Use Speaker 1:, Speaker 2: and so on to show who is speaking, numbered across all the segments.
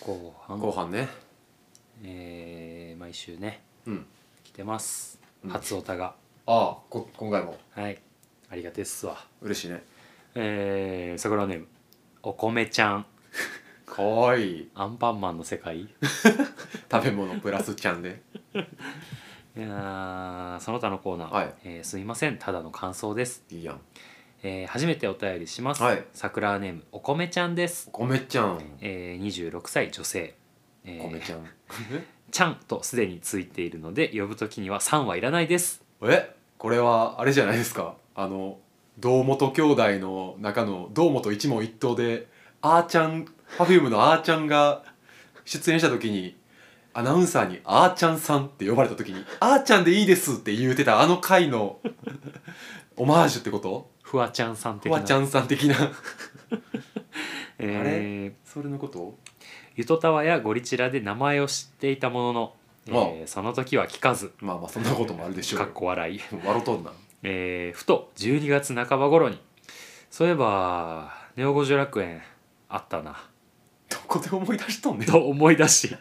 Speaker 1: 後半
Speaker 2: 後半ね
Speaker 1: えー毎週ね
Speaker 2: うん
Speaker 1: 来てます、
Speaker 2: うん
Speaker 1: 初オタが
Speaker 2: ああこ今回も
Speaker 1: はいありがてっすわ
Speaker 2: 嬉しいね
Speaker 1: えー、桜ネームお米ちゃん
Speaker 2: かわいい
Speaker 1: アンパンマンの世 界い
Speaker 2: 食べ物プラスちゃんで
Speaker 1: やーその他のコーナー、
Speaker 2: はい
Speaker 1: えーすいませんただの感想です、
Speaker 2: いいやん
Speaker 1: えー初めてお便りします、
Speaker 2: はい
Speaker 1: 桜ネームお米ちゃんです
Speaker 2: お、米ちゃん
Speaker 1: えー、26歳女性え
Speaker 2: 米
Speaker 1: ー
Speaker 2: ちゃん
Speaker 1: ちゃんとすでについているので呼ぶときにはさんはいらないです
Speaker 2: えこれはあれじゃないですかあの堂本兄弟の中の堂本一問一答であーちゃん Perfume のあーちゃんが出演した時にアナウンサーに「あーちゃんさん」って呼ばれた時に「あーちゃんでいいです」って言うてたあの回のオマージュってこと
Speaker 1: フワちゃんさん的
Speaker 2: お
Speaker 1: な
Speaker 2: ばちゃんさん的な
Speaker 1: えー
Speaker 2: それのこと
Speaker 1: ゆとたわやゴリチラで名前を知っていたものの、えーその時は聞かず
Speaker 2: まあまあそんなこともあるでしょう
Speaker 1: か
Speaker 2: よ
Speaker 1: っこ笑い、
Speaker 2: 笑うとんな
Speaker 1: えーふと12月半ば頃にそういえばネオ五十楽園あったな
Speaker 2: どこで思い出しとんねん
Speaker 1: と思い出 し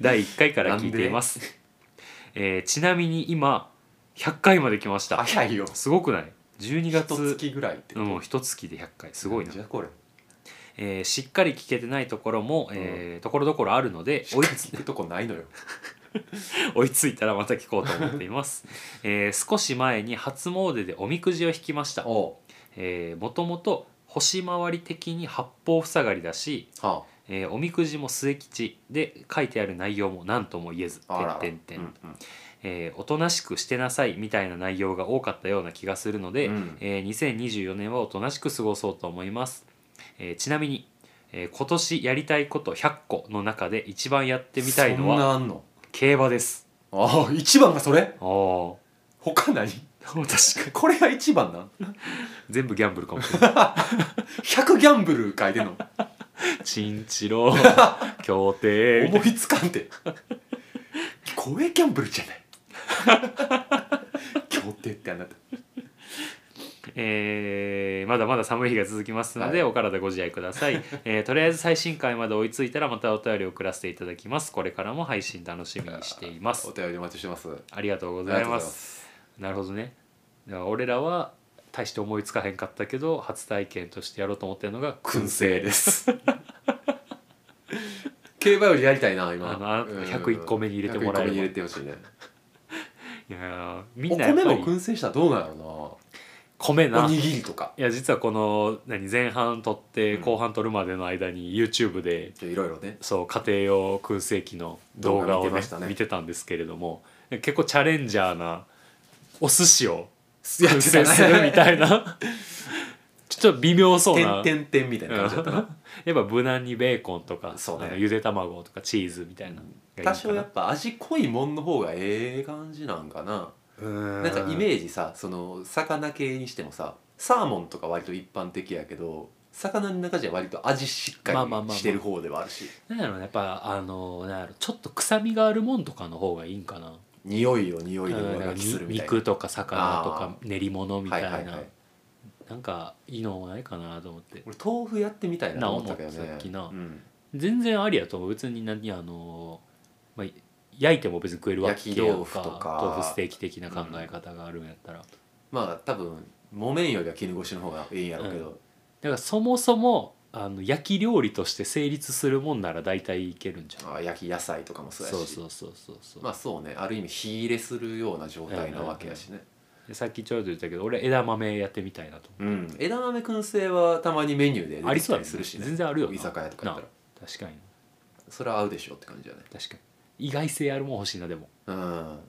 Speaker 1: 第1回から聞いています、えーちなみに今100回まで来ました
Speaker 2: 早いよ
Speaker 1: すごくない12
Speaker 2: 2
Speaker 1: 月
Speaker 2: 月ぐらいって
Speaker 1: うんもう一月で100回すごいな
Speaker 2: じ、ゃあこれ
Speaker 1: えーしっかり聞けてないところも、えーところどころあるので
Speaker 2: しっ
Speaker 1: 追い
Speaker 2: かり聞くとこないのよ
Speaker 1: 追いついたらまた聞こうと思ってい ます、えー少し前に初詣でおみくじを引きました
Speaker 2: おう
Speaker 1: えーもともと星回り的に八方塞がりだし、
Speaker 2: は
Speaker 1: えーおみくじも末吉で書いてある内容も何とも言えず
Speaker 2: ああらら
Speaker 1: 点々点
Speaker 2: うんうん
Speaker 1: えーおとなしくしてなさいみたいな内容が多かったような気がするので、
Speaker 2: うん
Speaker 1: えー2024年はおとなしく過ごそうと思います、えーちなみに、えー今年やりたいこと100個の中で一番やってみたいの
Speaker 2: そん
Speaker 1: は
Speaker 2: なあんの
Speaker 1: 競馬です
Speaker 2: ああ一番がそれ
Speaker 1: ああ
Speaker 2: 他何
Speaker 1: 確かに
Speaker 2: これが一番なん
Speaker 1: 全部ギャンブルかもし れない
Speaker 2: 100ギャンブル書いてんの
Speaker 1: チンチロ 協定
Speaker 2: 思いつかんて公営ギャンブルじゃない協定ってあなた
Speaker 1: えーまだまだ寒い日が続きますので、
Speaker 2: は
Speaker 1: お体ご自愛ください、えーとりあえず最新回まで追いついたらまたお便りを送らせていただきますこれからも配信楽しみにしています
Speaker 2: お便りお待ちしてますあり
Speaker 1: ありがとうご
Speaker 2: が
Speaker 1: ざい
Speaker 2: とうご
Speaker 1: ま
Speaker 2: ざいますす
Speaker 1: なるほどねだから俺らは大して思いつかへんかったけど初体験としてやろうと思ってるのが
Speaker 2: 燻製です競馬よりやりたいな今
Speaker 1: あのあ
Speaker 2: うん
Speaker 1: 101個目に入れてもらえれば
Speaker 2: 101個目に入れてほしいね
Speaker 1: いやーみ
Speaker 2: お
Speaker 1: んなやっぱ
Speaker 2: 米
Speaker 1: り
Speaker 2: も燻製したらどうなんやろ
Speaker 1: 米
Speaker 2: な
Speaker 1: な
Speaker 2: おにぎりとか
Speaker 1: いや実はこの何前半撮って
Speaker 2: うん
Speaker 1: 後半撮るまでの間に YouTube で、
Speaker 2: いろいろね
Speaker 1: そう家庭用燻製機の動画を、ね
Speaker 2: 動画見てまし
Speaker 1: 見て
Speaker 2: た
Speaker 1: た
Speaker 2: ね
Speaker 1: んですけれども結構チャレンジャーなお寿司を
Speaker 2: やっ
Speaker 1: 燻
Speaker 2: てた
Speaker 1: 製
Speaker 2: ね
Speaker 1: するみたい なちょっと微妙そうな。
Speaker 2: 点々点みたいな感じだったな
Speaker 1: やっぱ無難にベーコンとか、
Speaker 2: そうね
Speaker 1: あのゆで卵とかチーズみたいな
Speaker 2: 多少や
Speaker 1: な
Speaker 2: っぱ味濃いもんの方がええ感じなんかな、
Speaker 1: な
Speaker 2: なんかイメージさその魚系にしてもさサーモンとか割と一般的やけど魚の中じゃ割と味しっか
Speaker 1: まあまあまあま
Speaker 2: り
Speaker 1: あ
Speaker 2: してる方ではあるし、
Speaker 1: なんやろうねやっぱあのなんやろちょっと臭みがあるもんとかの方がいいんかな
Speaker 2: 匂いを匂いで
Speaker 1: うんな
Speaker 2: 上
Speaker 1: んか
Speaker 2: 書きするみたいな
Speaker 1: 肉とか魚とか
Speaker 2: あ
Speaker 1: 練り物みたいな、
Speaker 2: はいはいはい、
Speaker 1: なんかいいのないかなと思って
Speaker 2: 俺豆腐やってみたいなと思ったけど
Speaker 1: な思っ
Speaker 2: ね
Speaker 1: たっきな
Speaker 2: うん
Speaker 1: 全然ありやと思う別に何あの、まあ、焼いても別に食えるわけやん
Speaker 2: 焼き豆腐とか
Speaker 1: 豆腐ステーキ的な考え方があるんやったら、だ
Speaker 2: まあ多分木綿よりは絹ごしの方がいいんやろうけど、
Speaker 1: からそもそもあの焼き料理として成立するもんなら大体いけるんじゃん
Speaker 2: あ焼き野菜とかもそうやし
Speaker 1: そうそうそうそうそう、
Speaker 2: まあそうねある意味火入れするような状態なわけやしね、
Speaker 1: でさっきちょうど言ったけど俺枝豆やってみたいなと思
Speaker 2: うん、枝豆燻製はたまにメニューで出てき
Speaker 1: う
Speaker 2: た
Speaker 1: あ
Speaker 2: り
Speaker 1: りそうだね
Speaker 2: するしね
Speaker 1: 全然あるよな
Speaker 2: 居酒屋とかやったら
Speaker 1: なあ確かに
Speaker 2: それは合うでしょうって感じだね
Speaker 1: 確かに意外性あるもん欲しいなでも
Speaker 2: うん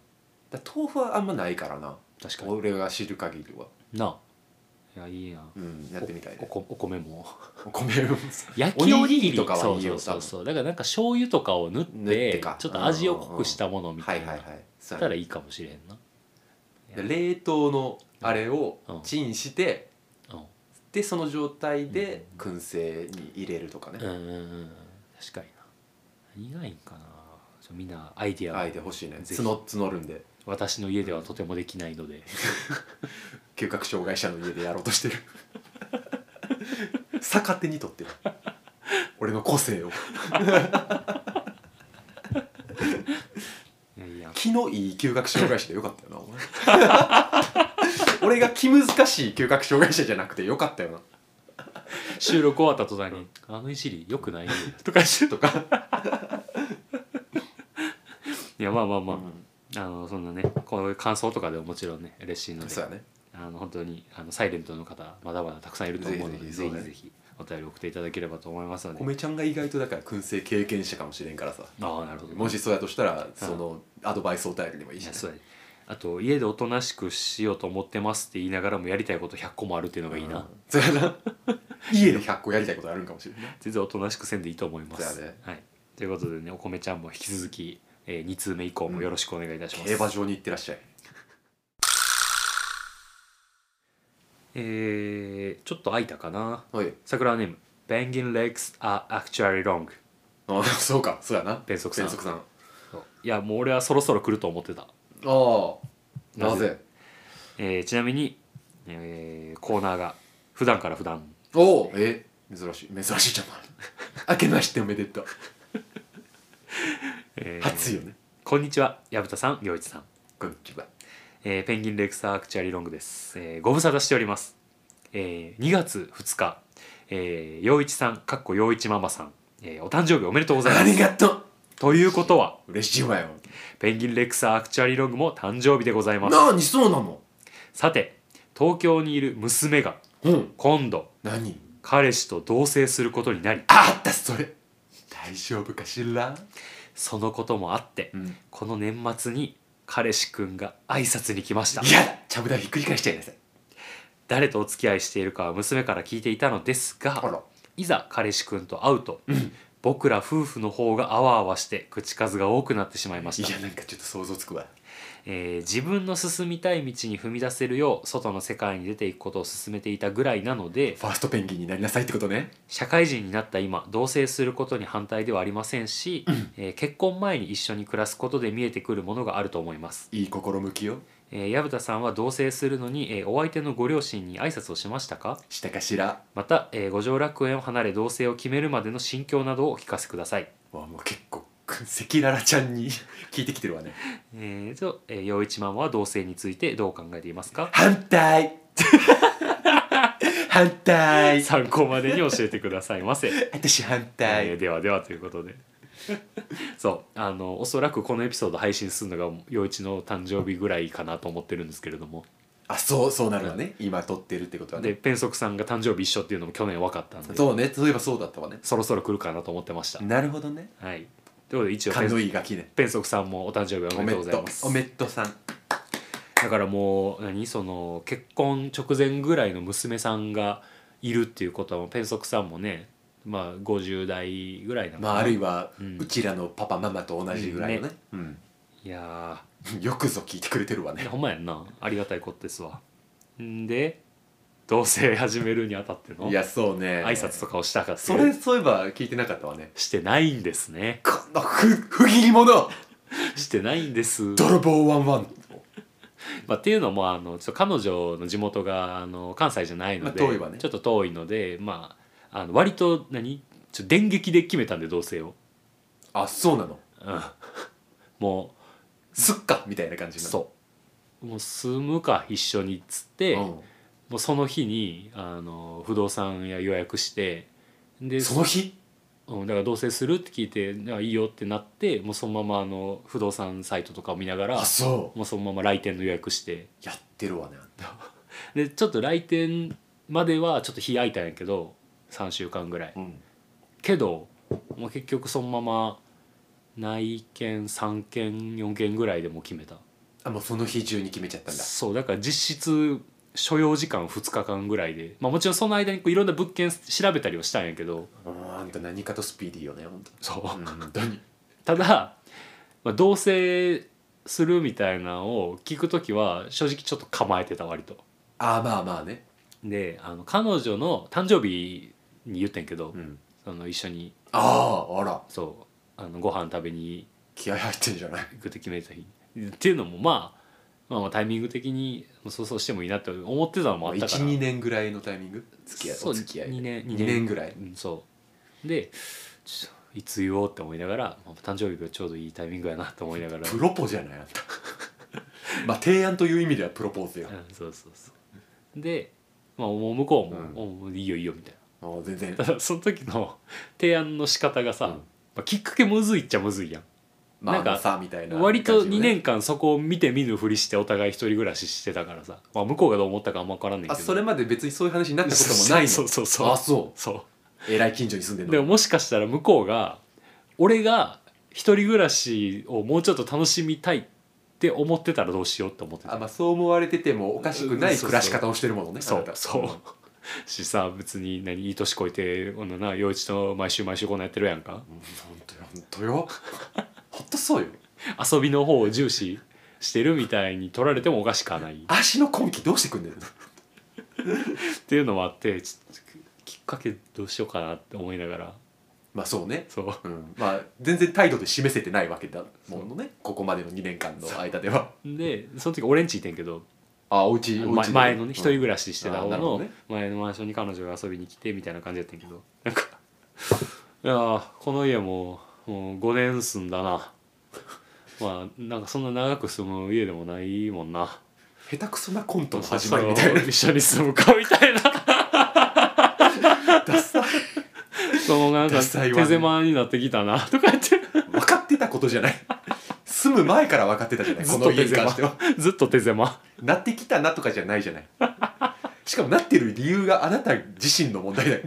Speaker 2: だ豆腐はあんまないからな
Speaker 1: 確かに
Speaker 2: 俺が知る限りは、
Speaker 1: なあいやいいな
Speaker 2: うん、やってみたい
Speaker 1: お
Speaker 2: ね
Speaker 1: こお米も
Speaker 2: お米を
Speaker 1: 焼き
Speaker 2: おに
Speaker 1: お
Speaker 2: ぎ
Speaker 1: に
Speaker 2: り
Speaker 1: ぎり
Speaker 2: とかはいい
Speaker 1: そうそ
Speaker 2: よ
Speaker 1: うそうそうだからなんか醤油とかを塗って
Speaker 2: 塗ってか
Speaker 1: ちょっと味を濃くしたものみ
Speaker 2: は
Speaker 1: た
Speaker 2: い
Speaker 1: い
Speaker 2: はい
Speaker 1: な
Speaker 2: はい
Speaker 1: や
Speaker 2: そ
Speaker 1: っ
Speaker 2: うや
Speaker 1: たら
Speaker 2: ね
Speaker 1: いいかもしれんな
Speaker 2: で冷凍のあれを
Speaker 1: うん
Speaker 2: チンして、
Speaker 1: う
Speaker 2: でその状態で燻製に入れるとかね、
Speaker 1: んうんうんうん確かにな何がいいんかなちょみんなアイディア
Speaker 2: あ
Speaker 1: を
Speaker 2: えてほしいね
Speaker 1: ぜひ
Speaker 2: 募募るんで
Speaker 1: 私の家ではとてもできないので
Speaker 2: 嗅 覚障害者の家でやろうとしてる逆手にとってる俺の個性を
Speaker 1: いやいや
Speaker 2: 気の いい休学障害者でよかったよなお前 俺が気難しい休学障害者じゃなくてよかったよな
Speaker 1: 収録終わった途端に「あのいじりよくないよ」とかして
Speaker 2: とか、
Speaker 1: いやまあまあまあ、
Speaker 2: うん
Speaker 1: あのそんなねこういう感想とかでももちろんね嬉しいので
Speaker 2: そうやね
Speaker 1: あの本当にあのサイレントの方まだまだたくさんいると思うので
Speaker 2: ぜひ
Speaker 1: ぜ
Speaker 2: ぜ
Speaker 1: ひ
Speaker 2: ひ
Speaker 1: ぜひお便り送っていただければと思いますので
Speaker 2: 米ちゃんが意外とだから燻製経験者かもしれんからさ
Speaker 1: ああなるほど
Speaker 2: もしそうやとしたらそのアドバイスを頼りでもいい
Speaker 1: い
Speaker 2: し、
Speaker 1: や
Speaker 2: ね、
Speaker 1: そうやねあと家でおとなしくしようと思ってますって言いながらもやりたいこと100個もあるっていうのがいいな、
Speaker 2: うんそうやな家で100個やりたいことあるんかもしれない
Speaker 1: 全然おとなしくせんでいいと思います
Speaker 2: そうやね
Speaker 1: はい、ということでねお米ちゃんも引き続き、え2通目以降もよろしくお願いいたします、
Speaker 2: 競馬場に行ってらっしゃい
Speaker 1: えーちょっと空いたかな
Speaker 2: はい
Speaker 1: 桜ネーム Banging legs are actually wrong
Speaker 2: あそうかそうやな
Speaker 1: 弁足さん
Speaker 2: 足さんあ
Speaker 1: いやもう俺はそろそろ来ると思ってた、
Speaker 2: あ
Speaker 1: なぜ
Speaker 2: なぜ
Speaker 1: えーちなみに、えーコーナーが普段から普段
Speaker 2: おおえ珍しい珍しいじ ゃない明けましておめでとう
Speaker 1: えー
Speaker 2: 初よね
Speaker 1: こんにちは薮田さん陽一さん
Speaker 2: こんにちは
Speaker 1: えーペンギンレクサーアクチュアリーロングです、えーご無沙汰しております、えー2月2日、えー、陽一さんかっこ陽一ママさん、えーお誕生日おめでとうござい
Speaker 2: あ
Speaker 1: ま
Speaker 2: り
Speaker 1: す
Speaker 2: がとう
Speaker 1: ということは
Speaker 2: 嬉しいわよ
Speaker 1: ペンギンレクサーアクチュアリーロングも誕生日でございます
Speaker 2: なにそうなの
Speaker 1: さて東京にいる娘が
Speaker 2: うん
Speaker 1: 今度
Speaker 2: 何
Speaker 1: 彼氏と同棲することになり
Speaker 2: あったそれ大丈夫かしら
Speaker 1: そのこともあって、
Speaker 2: うん
Speaker 1: この年末に彼氏くんが挨拶に来ました
Speaker 2: いやちゃぶ台ひっくり返しちゃいなさい
Speaker 1: 誰とお付き合いしているかは娘から聞いていたのですが
Speaker 2: あら
Speaker 1: いざ彼氏くんと会うと、僕ら夫婦の方があわあわして口数が多くなってしまいまし
Speaker 2: い
Speaker 1: た
Speaker 2: や、なんかちょっと想像つくわ
Speaker 1: えー自分の進みたい道に踏み出せるよう外の世界に出ていくことを勧めていたぐらいなので
Speaker 2: ファーストペンギンになりなさいってことね
Speaker 1: 社会人になった今同棲することに反対ではありませんし、えー結婚前に一緒に暮らすことで見えてくるものがあると思います
Speaker 2: いい心向きよ
Speaker 1: えー薮田さんは同棲するのに、えーお相手のご両親に挨拶をしましたか
Speaker 2: したかしら
Speaker 1: また、えー五条楽園を離れ同棲を決めるまでの心境などをお聞かせください
Speaker 2: わもう結構赤裸々ちゃんに 聞いてきてるわね
Speaker 1: えー、と、えー、陽一マンは同性についてどう考えていますか
Speaker 2: 反対 反対
Speaker 1: 参考までに教えてくださいま せ、
Speaker 2: 私反
Speaker 1: えーではではということで そうあのおそらくこのエピソード配信するのが陽一の誕生日ぐらいかなと思ってるんですけれども
Speaker 2: あそうそうなるわね、今撮ってるってことは
Speaker 1: で
Speaker 2: ね
Speaker 1: ペンソクさんが誕生日一緒っていうのも去年分かったんで
Speaker 2: そうねそういえばそうだったわね
Speaker 1: そろそろ来るかなと思ってました、
Speaker 2: なるほどね
Speaker 1: はいということで一応ペ
Speaker 2: 勘
Speaker 1: ン
Speaker 2: のいいガキね
Speaker 1: ペンソクさんもお誕生日お
Speaker 2: お
Speaker 1: めでと
Speaker 2: めっ
Speaker 1: うござい
Speaker 2: と
Speaker 1: ます
Speaker 2: おめっとさん
Speaker 1: だからもう何その結婚直前ぐらいの娘さんがいるっていうことはペンソクさんもねまあ50代ぐらいなのか
Speaker 2: ま
Speaker 1: な
Speaker 2: ああるいは、
Speaker 1: う
Speaker 2: うんちらのパパママと同じぐらいのね,、
Speaker 1: いや
Speaker 2: うん、よくぞ聞いてくれてるわ
Speaker 1: ーい
Speaker 2: ね
Speaker 1: やほんまやんなありがたいことですわんで同棲始めるにあたっての
Speaker 2: い
Speaker 1: 挨
Speaker 2: やそうね
Speaker 1: 拶とかをしたかって
Speaker 2: それそういえば聞いてなかったわね
Speaker 1: してないんですね
Speaker 2: このふ不義理者
Speaker 1: してないんです
Speaker 2: 泥棒ワンワン、
Speaker 1: まあ、っていうのもあのちょっと彼女の地元があの関西じゃないので、
Speaker 2: まあ遠いわね
Speaker 1: ちょっと遠いので、まあ、あの割と何ちょっと電撃で決めたんで同棲を、
Speaker 2: あそうなの
Speaker 1: うん、も
Speaker 2: すっかみたいな感じ
Speaker 1: う
Speaker 2: なの
Speaker 1: そうもう住むか一緒にっつって、
Speaker 2: うん
Speaker 1: もうその日にあの不動産屋予約してで
Speaker 2: その日
Speaker 1: うん、だから同棲するって聞いてあいいよってなってもうそのままあの不動産サイトとかを見ながら
Speaker 2: あそう
Speaker 1: もうそのまま来店の予約して。
Speaker 2: やってるわねあんた
Speaker 1: でちょっと来店まではちょっと日空いたんやけど3週間ぐらい
Speaker 2: うん
Speaker 1: けどもう結局そのまま内見3件4件ぐらいでもう決めた
Speaker 2: あもうその日中に決めちゃったんだ
Speaker 1: そうだから実質所要時間2日間ぐらいで、まあ、もちろんその間にこういろんな物件調べたりはしたんやけど
Speaker 2: うんあんた何かとスピーディーよね本
Speaker 1: そう、
Speaker 2: 当。本当に
Speaker 1: ただ、まあ、同棲するみたいなのを聞く時は正直ちょっと構えてた割と
Speaker 2: あまあまあね
Speaker 1: であの彼女の誕生日に言ってんけど、
Speaker 2: ん
Speaker 1: その一緒に
Speaker 2: あああら
Speaker 1: そうあのご飯食べに
Speaker 2: 気合入ってんじゃない
Speaker 1: 行くって決めた日っていうのも、まあ、まあまあタイミング的にそうそうしてもいいなって思ってたのもあったから
Speaker 2: 12年ぐらいのタイミング付き合い
Speaker 1: そう
Speaker 2: お付き合い
Speaker 1: 2年
Speaker 2: 二年ぐらい
Speaker 1: うん、そでちょいつ言おうって思いながらまあ誕生日がちょうどいいタイミングやなと思いながら
Speaker 2: プロポじゃないあん たまあ提案という意味ではプロポーズよ、
Speaker 1: うんそうそうそうで、まあ、もう向こうも
Speaker 2: うん
Speaker 1: おう「もういいよいいよ」みたい
Speaker 2: ああ全然
Speaker 1: なただその時の 提案の仕方がさ、
Speaker 2: うん
Speaker 1: まあ、きっかけむずいっちゃむずいやん
Speaker 2: ま
Speaker 1: な
Speaker 2: あ
Speaker 1: んか
Speaker 2: まあさみたいな
Speaker 1: 割と
Speaker 2: 感
Speaker 1: 2
Speaker 2: じよね
Speaker 1: 年間そこを見て見ぬふりしてお互い一人暮らししてたからさ、まあ、向こうがどう思ったかあんま分からんねんけど
Speaker 2: あそれまで別にそういう話になったこともないの
Speaker 1: そうそうそうそう
Speaker 2: あそ
Speaker 1: そう
Speaker 2: えらい近所に住んで
Speaker 1: うんで
Speaker 2: の
Speaker 1: ももしかしたら向こうが俺が一人暮らしをもうちょっと楽しみたいって思ってたらどうしようって思ってた
Speaker 2: あ、まあ、そう思われててもおかしくない
Speaker 1: そうそう
Speaker 2: 暮らし方をしてるものね
Speaker 1: そ
Speaker 2: あな
Speaker 1: う
Speaker 2: た
Speaker 1: そうしさ別に何いい年こいてこんなな陽一と毎週毎週こんなんやってるやんか
Speaker 2: うん本当よ本当よほっとそうよ
Speaker 1: 遊びの方を重視してるみたいに取られてもおかしくはないっ
Speaker 2: 足の根気どうしてくんねん
Speaker 1: ていうのもあってちょっときっかけどうしようかなって思いながら
Speaker 2: まあそうね
Speaker 1: そう
Speaker 2: うん、まあ全然態度で示せてないわけだものねここまでの2年間の間では
Speaker 1: でその時俺んちいてんけど
Speaker 2: あおうちおうち
Speaker 1: 前
Speaker 2: で
Speaker 1: 前のね一人
Speaker 2: うん
Speaker 1: 暮らししてた方
Speaker 2: あーなるほ
Speaker 1: の
Speaker 2: どね
Speaker 1: 前のマンションに彼女が遊びに来てみたいな感じやったんやけどなんか 「いやーこの家ももう5年住んだな」まあなんかそんな長く住む家でもないもんな
Speaker 2: 下手くそなコントの始まりみたい
Speaker 1: そろそろ一緒に住むかみたい な
Speaker 2: なダサい
Speaker 1: そのなんか
Speaker 2: ダサいわね
Speaker 1: 手狭になってきたなとか言って
Speaker 2: 分かってたことじゃない住む前から分かってたじゃない
Speaker 1: ず
Speaker 2: こ
Speaker 1: っ
Speaker 2: の
Speaker 1: と
Speaker 2: 家
Speaker 1: 手
Speaker 2: に関
Speaker 1: 狭
Speaker 2: しては
Speaker 1: ずっと手狭
Speaker 2: なってきたなとかじゃないじゃないしかもなってる理由があなた自身の問題だ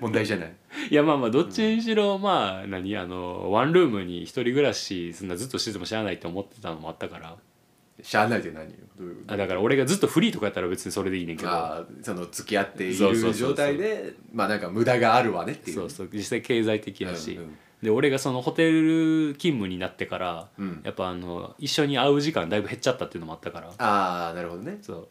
Speaker 2: 問題じゃない
Speaker 1: いやまあまあどっちにしろまあ何あのワンルームに一人暮らしすんなずっとしてても知らないって思ってたのもあったから
Speaker 2: しゃあないで何よどういう
Speaker 1: あだから俺がずっとフリーとかやったら別にそれでいいねんけど
Speaker 2: あーその付き合ってい
Speaker 1: そうそうそう
Speaker 2: る
Speaker 1: そう
Speaker 2: 状態でまあなんか無駄があるわねっていう
Speaker 1: そうそう実際経済的やし、
Speaker 2: うんうん
Speaker 1: で俺がそのホテル勤務になってから、
Speaker 2: うん
Speaker 1: やっぱあの一緒に会う時間だいぶ減っちゃったっていうのもあったから
Speaker 2: ああなるほどね
Speaker 1: そう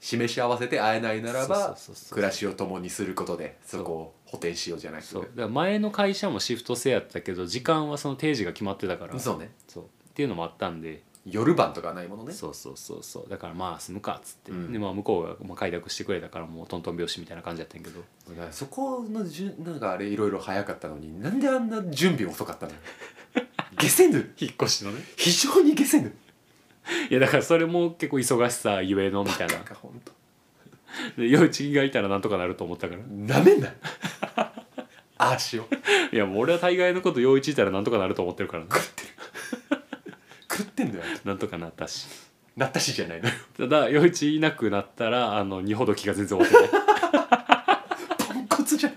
Speaker 2: 示し合わせて会えないならば
Speaker 1: そうそうそうそう
Speaker 2: 暮らしを共にすることでそこを補填しようじゃないけ
Speaker 1: そう
Speaker 2: ど
Speaker 1: だから前の会社もシフト制やったけど時間はその定時が決まってたから
Speaker 2: そうね
Speaker 1: そうっていうのもあったんで、
Speaker 2: 夜晩とかはないものね
Speaker 1: そうそうそうそうだからまあ住むかっつって、
Speaker 2: うん
Speaker 1: でまあ向こうがまあ快諾してくれたからもうトントン拍子みたいな感じやったんやけど
Speaker 2: だからそこのじゅなんかあれいろいろ早かったのになんであんな準備遅 かったの下せぬ
Speaker 1: 引っ越しのね
Speaker 2: 非常に下せぬ
Speaker 1: いやだからそれも結構忙しさゆえのみたいな
Speaker 2: なんかほんと
Speaker 1: で余一がいたらなんとかなると思ったから
Speaker 2: なめんな ああしよう
Speaker 1: いやもう俺は大概のこと陽一いたらなんとかなると思ってるからな
Speaker 2: 狂ってんだよ
Speaker 1: なんとかなったし
Speaker 2: なったしじゃないのよ
Speaker 1: ただ陽一いなくなったらあの二ほどきが全然終わってない
Speaker 2: ポンコツじゃん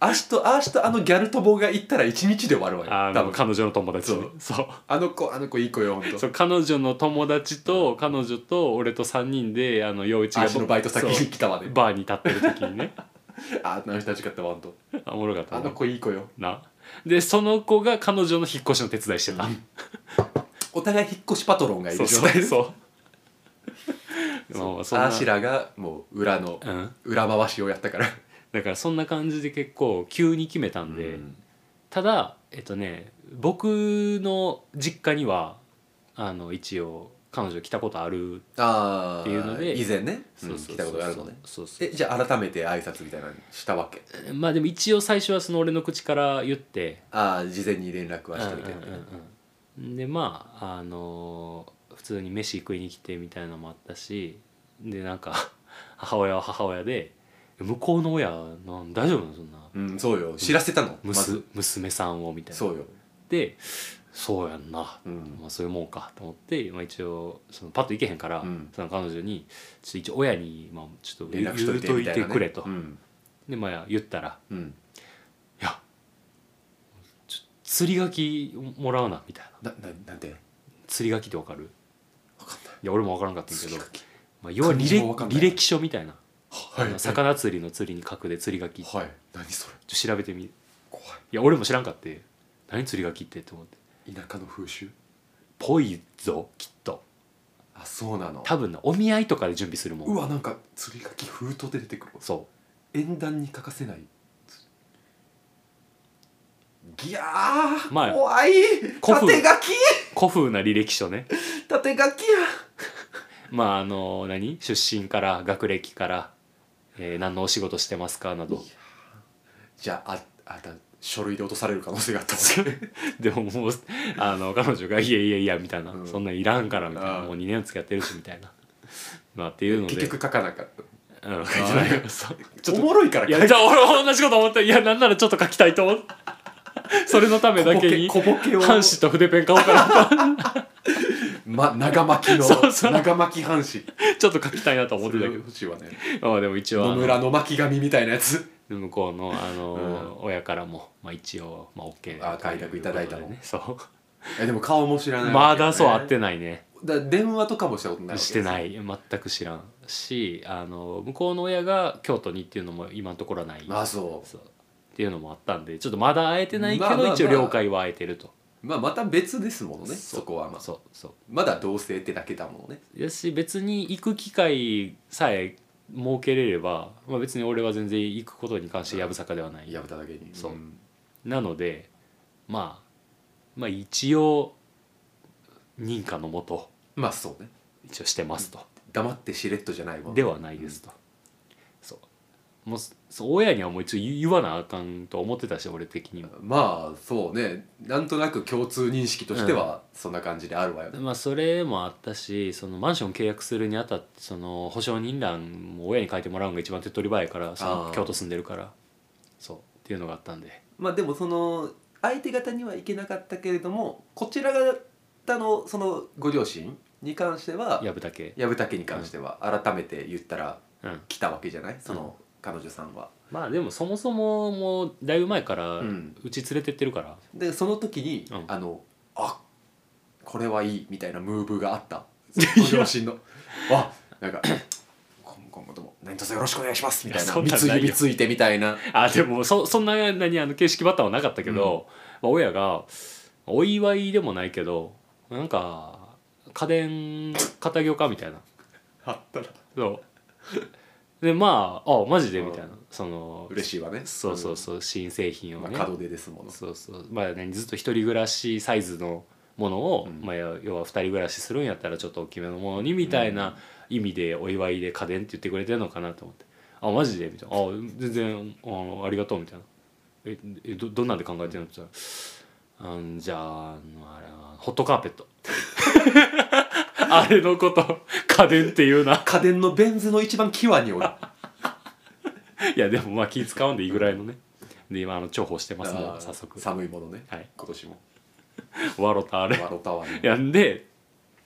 Speaker 2: あしとあしとあのギャル友が行ったら一日で終わるわ
Speaker 1: あ
Speaker 2: よ多
Speaker 1: の
Speaker 2: 分
Speaker 1: 彼女の友達ねそう
Speaker 2: あの子あの子いい子よほんと
Speaker 1: そう彼女の友達と彼女と俺と3人であの陽一が
Speaker 2: 足のバイト先
Speaker 1: そ
Speaker 2: に
Speaker 1: う
Speaker 2: 来たまで
Speaker 1: バーに立ってる時にね
Speaker 2: ああの人たちかったわほんと
Speaker 1: あおもろかった
Speaker 2: あ
Speaker 1: な
Speaker 2: の子いい子よ
Speaker 1: なでその子が彼女の引っ越しの手伝いしてた、
Speaker 2: お互い引っ越しパトロンがい
Speaker 1: そう
Speaker 2: る状
Speaker 1: そう
Speaker 2: 態
Speaker 1: そう まあまあそんな
Speaker 2: アーシラがもう裏の
Speaker 1: うん
Speaker 2: 裏回しをやったから
Speaker 1: だからそんな感じで結構急に決めたんで、ただえっとね僕の実家にはあの一応彼女来たことある
Speaker 2: ああ
Speaker 1: っていうので
Speaker 2: 以前ねう
Speaker 1: そ
Speaker 2: ん
Speaker 1: うそ
Speaker 2: 来
Speaker 1: う
Speaker 2: た
Speaker 1: そう
Speaker 2: ことがあるのね
Speaker 1: そうそう
Speaker 2: えじゃあ改めて挨拶みたいなのしたわけ
Speaker 1: まあでも一応最初はその俺の口から言って
Speaker 2: ああ事前に連絡はしておいて
Speaker 1: うんうんうんうんでまああのー普通に飯食いに来てみたいなのもあったしでなんか 母親は母親で向こうの親なん大丈夫なのそんな
Speaker 2: うんそうよ知らせたのま
Speaker 1: む
Speaker 2: ず
Speaker 1: す娘さんをみたいな
Speaker 2: そうよ
Speaker 1: でそうやんな、
Speaker 2: うん
Speaker 1: まあ、そういうもんかと思って、まあ、一応そのパッと行けへんから、
Speaker 2: うん
Speaker 1: その彼女にちょっと一応親に、まあ、ちょっと
Speaker 2: 連
Speaker 1: 言
Speaker 2: 絡しと
Speaker 1: う
Speaker 2: いて
Speaker 1: と
Speaker 2: み
Speaker 1: い
Speaker 2: たいなね
Speaker 1: てくれと、
Speaker 2: うん
Speaker 1: でまあ言ったら
Speaker 2: うん
Speaker 1: 「いやちょ釣り書きもらうな」みたいな
Speaker 2: なななんて
Speaker 1: 「釣り書きってわかる?」
Speaker 2: 分かんない
Speaker 1: いや俺もわからんかったんやけど
Speaker 2: 次書き
Speaker 1: まあ、要は履
Speaker 2: 漢字もわ
Speaker 1: 歴
Speaker 2: かんない
Speaker 1: 履歴書みたいな、
Speaker 2: は
Speaker 1: あ
Speaker 2: い
Speaker 1: の魚釣りの釣りに書くで釣り書き、ちょっ
Speaker 2: はい何それ
Speaker 1: と調べてみい
Speaker 2: 怖
Speaker 1: や俺も知らんかって何釣り書きってって思って
Speaker 2: い田舎の風習
Speaker 1: ぽいぞきっと
Speaker 2: あそうなの
Speaker 1: 多分なお見合いとかで準備するもん
Speaker 2: うわなんか釣り書き封筒で出てくる
Speaker 1: そ
Speaker 2: 演談に欠かせないギャー、
Speaker 1: まあ
Speaker 2: 怖い
Speaker 1: 古風
Speaker 2: 縦書
Speaker 1: う古風な履歴書ね
Speaker 2: き縦書きや
Speaker 1: まああの何出身から学歴から、えー何のお仕事してますかなど
Speaker 2: じゃあああた書類で落とされる可能性があったんですけど
Speaker 1: でももうあの彼女が「いやいやいや」みたいな、
Speaker 2: うん
Speaker 1: そんなんいらんから」みたいな
Speaker 2: あー
Speaker 1: もう2年付き合ってるしみたいなまあっていうので
Speaker 2: 結局書かなかった
Speaker 1: うん、書いてないからさちょっ
Speaker 2: お
Speaker 1: と
Speaker 2: もろいから
Speaker 1: いやじゃあ俺も同じこと思ったいやなんならちょっと書きたいと思ったそれのためだけに
Speaker 2: 小ボケ小ボケを
Speaker 1: 半紙と筆ペン買おうかなと
Speaker 2: ま、長巻き の
Speaker 1: そうそう
Speaker 2: 長巻き半紙
Speaker 1: ちょっと書きたいなと思ってたけど
Speaker 2: 欲しいわね
Speaker 1: まあでも一応
Speaker 2: 野
Speaker 1: あの
Speaker 2: 村の巻き紙みたいなやつ
Speaker 1: 向こうの、あの親からも、まあ、一応、まあ、OK
Speaker 2: あ快諾いただいたの
Speaker 1: ねそう
Speaker 2: えでも顔も知 らない
Speaker 1: まだそう会って
Speaker 2: ない
Speaker 1: ないね
Speaker 2: だから電話とかもしたことないわけ
Speaker 1: して
Speaker 2: い
Speaker 1: ない全く知らんしあの向こうの親が京都にっていうのも今のところはない
Speaker 2: まあそ
Speaker 1: そうっていうのもあったんでちょっとまだ会えてないけど、
Speaker 2: まあまあまあ
Speaker 1: 一応了解は会えてると
Speaker 2: うまあまた別ですものね
Speaker 1: そう
Speaker 2: そこはまあ
Speaker 1: そうそう
Speaker 2: まだ同性ってだけだものね
Speaker 1: やし別に行く機会さえ設けれれば、まあ、別に俺は全然行くことに関してやぶさかではない、
Speaker 2: やぶただけに
Speaker 1: そうんなので、まあ、まあ一応認可のもと
Speaker 2: まあそうね
Speaker 1: 一応してますと、
Speaker 2: 黙ってしれっとじゃないもの
Speaker 1: ではないですと、そうもうそう親にはもう一応言言わなあかんと思ってたし俺的にも
Speaker 2: まあそうねなんとなく共通認識としてはそんな感じであるわよね、
Speaker 1: まあそれもあったしそのマンション契約するにあたってその保証人欄も親に書いてもらうのが一番手っ取り早いからそ
Speaker 2: あ
Speaker 1: の
Speaker 2: ー
Speaker 1: 京都住んでるからそうっていうのがあったんで
Speaker 2: まあでもその相手方にはいけなかったけれどもこちら方のそのご両親に関しては
Speaker 1: やぶだけ、
Speaker 2: 薮竹に関しては改めて言ったら
Speaker 1: うん、
Speaker 2: 来たわけじゃないその彼女さんは。
Speaker 1: まあでもそもそももうだいぶ前から
Speaker 2: うん
Speaker 1: うち連れてってるから、
Speaker 2: でその時に、
Speaker 1: うん
Speaker 2: あのあこれはいいみたいなムーブがあったご両親のあなんか 今今後とも何卒よろしくお願いしますみたい
Speaker 1: いや
Speaker 2: な
Speaker 1: そんなん
Speaker 2: 三
Speaker 1: ない
Speaker 2: 井
Speaker 1: よ
Speaker 2: についてみたいな
Speaker 1: あでもそそんな何あの形式バッターはなかったけど、まあ、親がお祝いでもないけどなんか家電片業かみたいな
Speaker 2: あったら
Speaker 1: そうでまああマジでみたいな、
Speaker 2: う
Speaker 1: その
Speaker 2: 嬉しいわね
Speaker 1: そうそうそう新製品を
Speaker 2: ま
Speaker 1: ね、
Speaker 2: あ、門出ですもの
Speaker 1: そうそうまあねずっと一人暮らしサイズのものを、
Speaker 2: うん
Speaker 1: まあ、要要は二人暮らしするんやったらちょっと大きめのものにみたいな意味でお祝いで家電って言ってくれてるのかなと思って「あマジで?」みたいな「あ全然あのありがとう」みたいな「ええどどんなんで考えてるの?」って言ったらあん「じゃああのあれはホットカーペッ ト」あれのこと家電っていうな
Speaker 2: 家電のベン図の一番際におる
Speaker 1: いやでもまあ気使うんでいいぐらいのねで今あの重宝してますもう早速
Speaker 2: 寒いものね
Speaker 1: はい
Speaker 2: 今年も
Speaker 1: 笑ったあれ
Speaker 2: ワロタワー
Speaker 1: やんで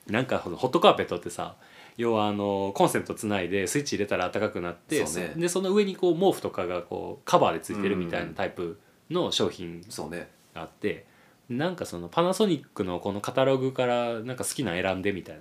Speaker 1: なんかそのホットカーペットってさ要はあのコンセントつないでスイッチ入れたら暖かくなって
Speaker 2: そうね
Speaker 1: でその上にこう毛布とかがこうカバーでついてるみたい
Speaker 2: うんう
Speaker 1: なんタイプの商品
Speaker 2: そうね
Speaker 1: があってなんかそのパナソニックのこのカタログからなんか好きなの選んでみたい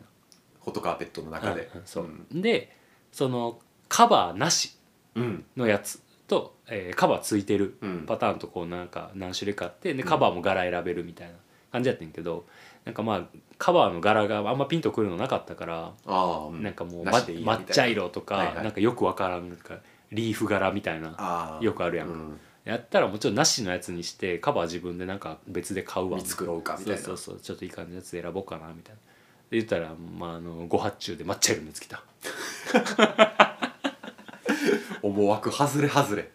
Speaker 2: ホットカーペットの
Speaker 1: な
Speaker 2: 中で
Speaker 1: うんそう
Speaker 2: うん
Speaker 1: でそのカバーなし
Speaker 2: うん
Speaker 1: のやつと、えーカバーついてる
Speaker 2: うん
Speaker 1: パターンとこうなんか何種類かあってでカバーも柄選べるみたいな感じやってんけどなんかまあカバーの柄があんまピンとくるのなかったから
Speaker 2: ああ、うん
Speaker 1: なんかもうま
Speaker 2: なしでいいやみたいな
Speaker 1: 抹茶色と
Speaker 2: はい
Speaker 1: か
Speaker 2: はい
Speaker 1: なんかよくわからんなんかリーフ柄みたいな
Speaker 2: ああ
Speaker 1: よくあるやん
Speaker 2: う
Speaker 1: か
Speaker 2: ん
Speaker 1: やったらもちろんなしのやつにしてカバー自分でなんか別で買うわ
Speaker 2: 見繕うかみたいな
Speaker 1: そうそうそうちょっといい感じのやつ選ぼうかなみたいなで言ったらまああのご発注で抹茶色のやつ来た
Speaker 2: 思惑外れ外れ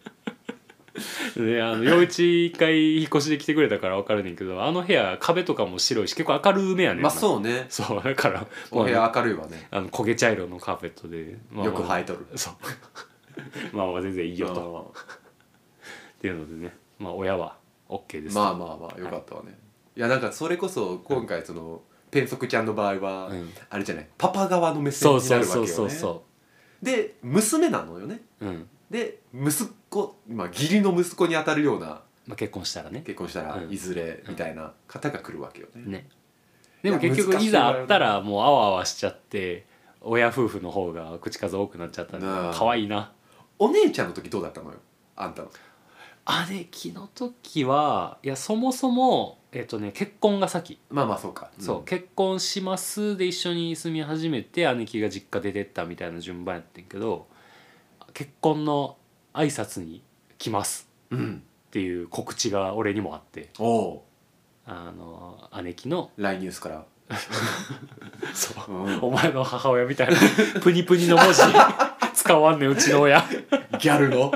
Speaker 1: であの陽一一回引っ越しで来てくれたから分かるねんけどあの部屋壁とかも白いし結構明るめやねん
Speaker 2: まあ
Speaker 1: う
Speaker 2: そうね
Speaker 1: そうだから
Speaker 2: お部
Speaker 1: ま
Speaker 2: 屋明るいわね
Speaker 1: ああの焦げ茶色のカーペットで、まあまあ
Speaker 2: よく生えとる
Speaker 1: そう まあまあ全然いいよと
Speaker 2: と
Speaker 1: っていうのでねまあ親は OK です
Speaker 2: まあまあまあよかったわねいやなんかそれこそ今回そのペンソクちゃんの場合は
Speaker 1: うん
Speaker 2: あれじゃないパパ側の目線
Speaker 1: そう
Speaker 2: にな
Speaker 1: そう
Speaker 2: るわけ
Speaker 1: そう
Speaker 2: よね
Speaker 1: そうそ
Speaker 2: で娘なのよね
Speaker 1: ううん、
Speaker 2: で息子まあ義理の息子に当たるような
Speaker 1: まあ、結婚したらね
Speaker 2: 結婚したら
Speaker 1: うん
Speaker 2: いずれみたいな方が来るわけよね
Speaker 1: ねでも
Speaker 2: いや
Speaker 1: 結局
Speaker 2: 難し
Speaker 1: い
Speaker 2: いわ
Speaker 1: ざ
Speaker 2: よ
Speaker 1: 会ったらもうあわあわしちゃって親夫婦の方が口数多くなっちゃったんで
Speaker 2: なあ
Speaker 1: 可愛いな
Speaker 2: お姉ちゃんの時どうだったのよあんたの
Speaker 1: 姉貴の時はいやそもそもえっとね結婚が先
Speaker 2: まあまあそうか
Speaker 1: そう、結婚しますで一緒に住み始めて姉貴が実家出てったみたいな順番やってんけど結婚の挨拶に来ます
Speaker 2: うん、うん、
Speaker 1: っていう告知が俺にもあって
Speaker 2: おお
Speaker 1: あの姉貴の
Speaker 2: う LINE ニュースから
Speaker 1: そう
Speaker 2: うん
Speaker 1: お前の母親みたい なプニプニの文字使わんねんうちの親
Speaker 2: ギャルの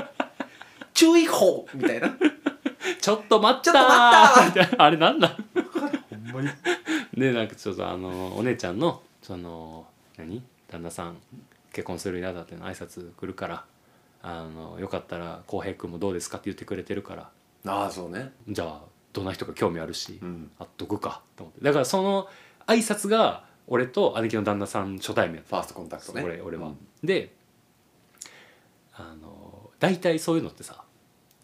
Speaker 2: 注意報みたいな
Speaker 1: ちょっと待った
Speaker 2: ちょっと待
Speaker 1: みたいなあれなんだ
Speaker 2: ほんまに
Speaker 1: でなんかちょっとあのお姉ちゃんのその何旦那さん結婚するにあたっての挨拶来るからあのよかったら浩平君もどうですかって言ってくれてるから
Speaker 2: ああそうね
Speaker 1: じゃあどんな人か興味あるし、
Speaker 2: うん
Speaker 1: あっとくかと思ってだからその挨拶が俺と姉貴の旦那さん初対面やった
Speaker 2: ファーストコンタクトね
Speaker 1: 俺俺は、
Speaker 2: うん
Speaker 1: であの大体そういうのってさ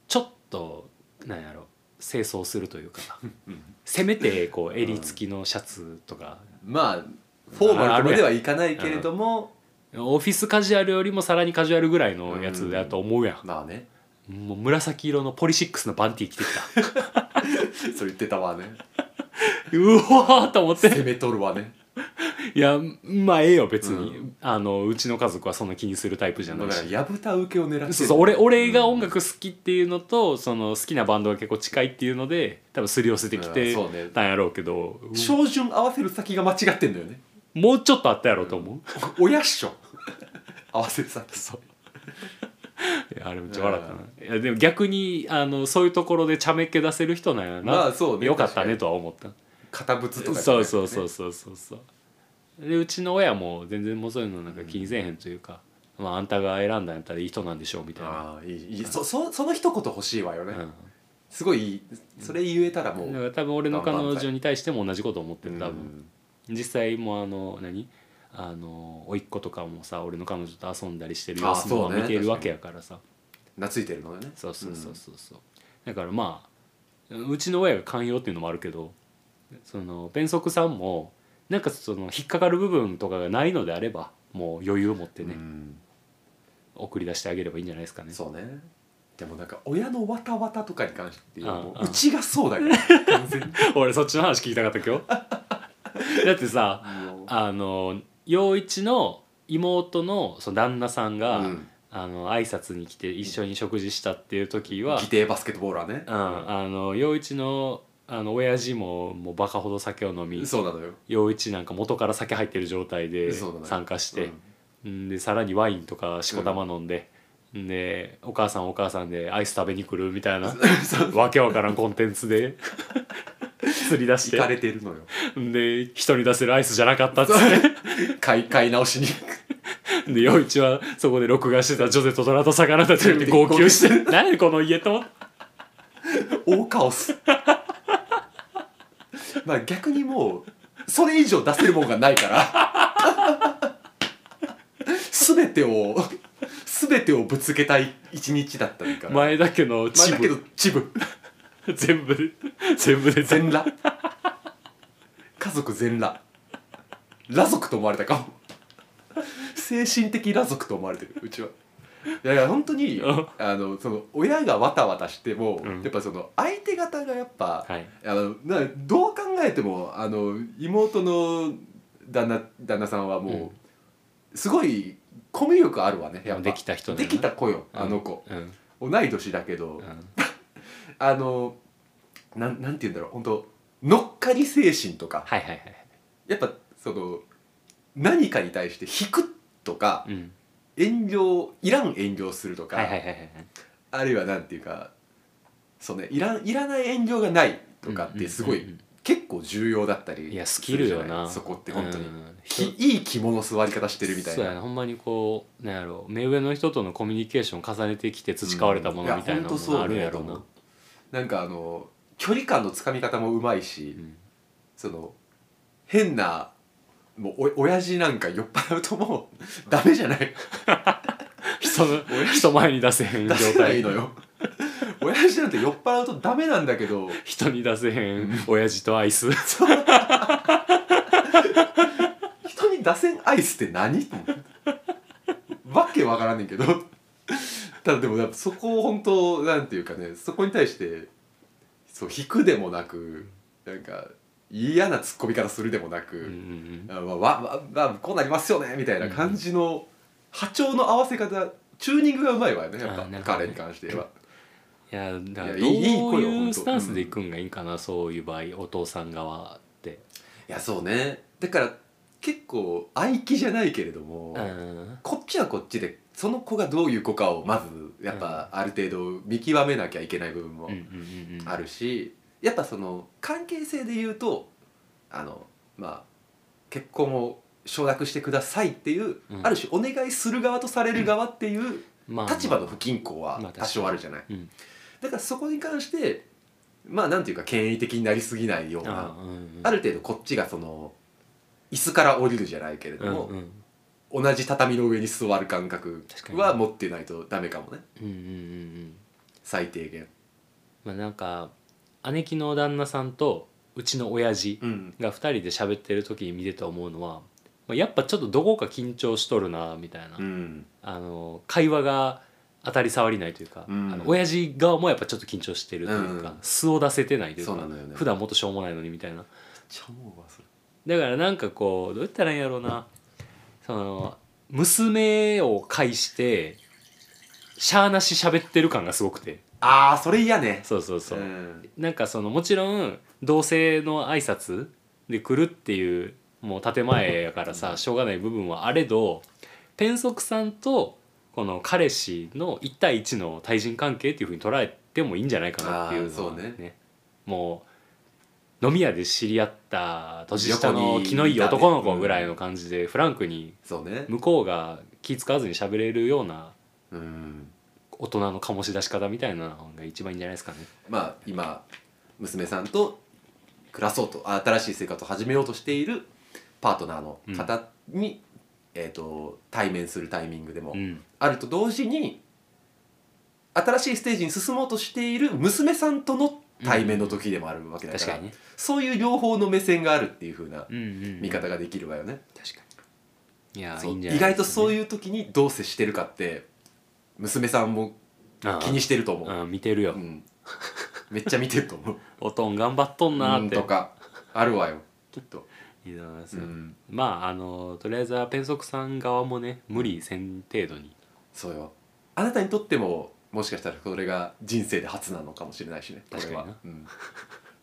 Speaker 1: ちょっとなんやろ清掃するというかさ
Speaker 2: うん
Speaker 1: せめてこう襟付きのシャツとか、
Speaker 2: まあフォーマルとまではいかないけれども
Speaker 1: オフィスカジュアルよりもさらにカジュアルぐらいのやつだと思うやん、
Speaker 2: まあね
Speaker 1: もう紫色のポリシックスのバンティー着てきた
Speaker 2: それ言ってたわね
Speaker 1: うわーと思って
Speaker 2: 攻めとるわね
Speaker 1: いやまあええよ別に、
Speaker 2: う
Speaker 1: あのうちの家族はそんな気にするタイプじゃ
Speaker 2: だ
Speaker 1: ない
Speaker 2: から
Speaker 1: し
Speaker 2: やぶた受けを狙ってる
Speaker 1: そうそう俺俺が音楽好きっていうのと、その好きなバンドが結構近いっていうので多分すり寄せてき
Speaker 2: う
Speaker 1: て
Speaker 2: んそうね
Speaker 1: たんやろうけど、うん
Speaker 2: 照準合わせる先が間違ってんだよね
Speaker 1: もうちょっとあったやろうと思う、
Speaker 2: 親っしょ合わせる先
Speaker 1: そういやあれめっちゃ笑ったな、いやでも逆にあのそういうところでちゃめっ気出せる人なんやな、
Speaker 2: まあそうね
Speaker 1: よかったね
Speaker 2: 確
Speaker 1: とは思った
Speaker 2: 堅物とかじゃなくてね
Speaker 1: そうそうそうそうそうそうでうちの親も全然もうそういうのなんか気にせえへんというか、まあ、あんたが選んだんやったらいい人なんでしょうみたいな、
Speaker 2: ああいいいいそそその一言欲しいわよ
Speaker 1: う
Speaker 2: ね、
Speaker 1: ん、
Speaker 2: すごいいいそれ言えたらもう、
Speaker 1: だから多分俺の彼女に対しても同じこと思ってる多分、
Speaker 2: うん
Speaker 1: 実際もうあの何あの甥っ子とかもさ俺の彼女と遊んだりしてる
Speaker 2: あ
Speaker 1: 様子も
Speaker 2: そうね
Speaker 1: 見てるわけやからさ
Speaker 2: 懐いてるのよね
Speaker 1: そうそうそうそうそうだからまあうちの親が寛容っていうのもあるけどそのペンソクさんもなんかその引っかかる部分とかがないのであればもう余裕を持って
Speaker 2: うん
Speaker 1: ね、
Speaker 2: うん
Speaker 1: 送り出してあげればいいんじゃないですかね
Speaker 2: そうねでもなんか親のわたわたとかに関して言うも
Speaker 1: ああ
Speaker 2: ううちがそうだから完全に
Speaker 1: 俺そっちの話聞きたかった今 日だってさ
Speaker 2: もう
Speaker 1: あの陽一の妹のその旦那さんが、
Speaker 2: うん
Speaker 1: あの挨拶に来て一緒に食事したっていう時は、
Speaker 2: 規定バスケットボールはね
Speaker 1: うん、あの陽一のあの親父ももうバカほど酒を飲み
Speaker 2: そうなのよ
Speaker 1: 陽一なんか元から酒入ってる状態で
Speaker 2: そうだね
Speaker 1: 参加して、
Speaker 2: うん
Speaker 1: んでさらにワインとかしこたま飲んで、んでお母さんお母さんでアイス食べに来るみたい なわけわからんコンテンツで釣り出し
Speaker 2: 行か
Speaker 1: て
Speaker 2: れてるのよ
Speaker 1: んで人に出せるアイスじゃなかったっつっ
Speaker 2: 買い買い直しに
Speaker 1: てで陽一はそこで録画してたジョゼと虎と魚たちを見て号泣して「何やこの家」と思って
Speaker 2: 大カオスまあ逆にもうそれ以上出せるもんがないから全てを全てをぶつけたい一日だったから
Speaker 1: 前田家の
Speaker 2: まあ
Speaker 1: チ
Speaker 2: だけど
Speaker 1: ブ
Speaker 2: チブ
Speaker 1: 全部で全部で
Speaker 2: 全裸家族全裸裸族と思われたかも精神的裸族と思われてるうちはいやいや本当に
Speaker 1: うん
Speaker 2: あのその親がわたわたしても、
Speaker 1: うん
Speaker 2: やっぱその相手方がやっぱ、
Speaker 1: はい
Speaker 2: あのなどう考えてもあの妹の旦那旦那さんはもう、
Speaker 1: うん
Speaker 2: すごいコミュ力あるわねやっぱ
Speaker 1: できた人だ
Speaker 2: で
Speaker 1: よね
Speaker 2: きた子よあの子、
Speaker 1: うん
Speaker 2: 同い年だけど、
Speaker 1: うん
Speaker 2: あのなんなんて言うんだろう本当乗っかり精神とか
Speaker 1: はいはいはい
Speaker 2: やっぱその何かに対して引くとか
Speaker 1: うん
Speaker 2: 遠慮いらん遠慮するとか、
Speaker 1: はいはいはいはい
Speaker 2: あるいはなんていうかそうねいらんいらない遠慮がないとかってすごい、
Speaker 1: うんうんうん
Speaker 2: 結構重要だったり
Speaker 1: いやスキルよ
Speaker 2: するじゃ
Speaker 1: ない
Speaker 2: そこって本当に、
Speaker 1: うん
Speaker 2: ひいい着物座り方してるみたい
Speaker 1: そうや
Speaker 2: な
Speaker 1: なほんまにこうなんやろ目上の人とのコミュニケーション重ねてきて培われたものみたいなものがあるんやろう
Speaker 2: いや
Speaker 1: な
Speaker 2: ほんとそうなんかあの距離感のつかみ方もうまいし、
Speaker 1: うん
Speaker 2: その変なもうお親父なんか酔っ払うともうダメじゃ ない
Speaker 1: 人の人前に出せへん
Speaker 2: 出
Speaker 1: 状
Speaker 2: せな
Speaker 1: 態
Speaker 2: いのよ親父なんて酔っ払うとダメなんだけど
Speaker 1: 人に出せへん親父とアイ ス
Speaker 2: 人に出せんアイスって何と思ってわけわからんねんけどただでもやっぱそこを本当なんていうかねそこに対してそう引くでもなくなんか嫌な突っ込み方するでもなく、
Speaker 1: うんうん
Speaker 2: あまあわわわこうなりますよねみたいな感じの波長の合わせ方チューニングがうまいわよねやっ
Speaker 1: あ
Speaker 2: ぱ、
Speaker 1: ーなるほどね
Speaker 2: 彼に関しては
Speaker 1: うんいやだから
Speaker 2: い
Speaker 1: どう
Speaker 2: やいいいい子よほ
Speaker 1: い
Speaker 2: ん
Speaker 1: う
Speaker 2: と
Speaker 1: スタンスでいくんがいいんかなそういう場合お父さん側って
Speaker 2: いやそうねだから結構愛気じゃないけれども、
Speaker 1: うん
Speaker 2: こっちはこっちでその子がどういう子かをまずやっぱある程度見極めなきゃいけない部分も
Speaker 1: うんうんうんうん
Speaker 2: あるしやっぱその関係性で言うとあのまあ結婚を承諾してくださいっていう、
Speaker 1: うん
Speaker 2: ある種お願いする側とされる側っていう
Speaker 1: まあまあ
Speaker 2: 立場の不均衡は
Speaker 1: まあ確か
Speaker 2: 多
Speaker 1: に
Speaker 2: 少あるじゃない、
Speaker 1: うん
Speaker 2: だからそこに関してまあなんていうか権威的になりすぎないような
Speaker 1: ああ,、うんうん、
Speaker 2: ある程度こっちがその椅子から降りるじゃないけれど
Speaker 1: うん
Speaker 2: も、
Speaker 1: うんうん
Speaker 2: 同じ畳の上に座る感覚
Speaker 1: 確かに
Speaker 2: は持ってないとダメかもね
Speaker 1: うんうんうん
Speaker 2: 最低限、
Speaker 1: まあなんか姉貴の旦那さんとうちの親父
Speaker 2: うん、
Speaker 1: が2人で喋ってる時に見てて思うのは、まあ、やっぱちょっとどこか緊張しとるなみたいな、
Speaker 2: うん
Speaker 1: あの会話が当たり障りないというか、
Speaker 2: うん
Speaker 1: あの親父側もやっぱちょっと緊張してるというか、
Speaker 2: うん
Speaker 1: 素を出せてないというか
Speaker 2: そうなのよね
Speaker 1: 普段もっとしょうもないのにみたいな
Speaker 2: ちゃ思うわそれ
Speaker 1: だからなんかこうどうやったらいいんやろうなその娘を介してしゃあなし喋ってる感がすごくて
Speaker 2: ああそれ嫌ね
Speaker 1: そうそうそう、
Speaker 2: ん
Speaker 1: なんかそのもちろん同性の挨拶で来るっていうもう建前やからさしょうがない部分はあれどペンソクさんとこの彼氏の1対1の対人関係っていうふうに捉えてもいいんじゃないかなっていうのは
Speaker 2: あーそう
Speaker 1: もう飲み屋で知り合った年下の
Speaker 2: 横に
Speaker 1: 気のいい男の子ぐらいの感じでフランクに
Speaker 2: そうね
Speaker 1: 向こうが気使わずに喋れるような
Speaker 2: うん
Speaker 1: 大人の醸し出し方みたいなのが一番いいんじゃないですかね。
Speaker 2: まあ今娘さんと暮らそうと新しい生活を始めようとしているパートナーの方に、えー、と対面するタイミングでも、
Speaker 1: うん
Speaker 2: あると同時に新しいステージに進もうとしている娘さんとの対面の時でもあるわけだか
Speaker 1: 確
Speaker 2: ら、
Speaker 1: かにね、
Speaker 2: そういう両方の目線があるっていう風な
Speaker 1: うんうんうん
Speaker 2: 見方ができるわよね、
Speaker 1: 確かにいや
Speaker 2: そう
Speaker 1: いいんじゃな
Speaker 2: 意外とそう
Speaker 1: う
Speaker 2: いう時にどう接してるかって娘さんも気に
Speaker 1: し
Speaker 2: してると思う、
Speaker 1: 見てるよ、
Speaker 2: うん、めっちゃ見てると思う
Speaker 1: おとん頑張っとん なー
Speaker 2: うん
Speaker 1: って
Speaker 2: とかあるわよきっと、
Speaker 1: いいと思います、
Speaker 2: うん、
Speaker 1: まああのとりあえずはペンソクさん側もね無理せん程度に
Speaker 2: そうよあなたにとってももしかしたらこれが人生で初なのかもしれないしねこれは
Speaker 1: 確か
Speaker 2: うん、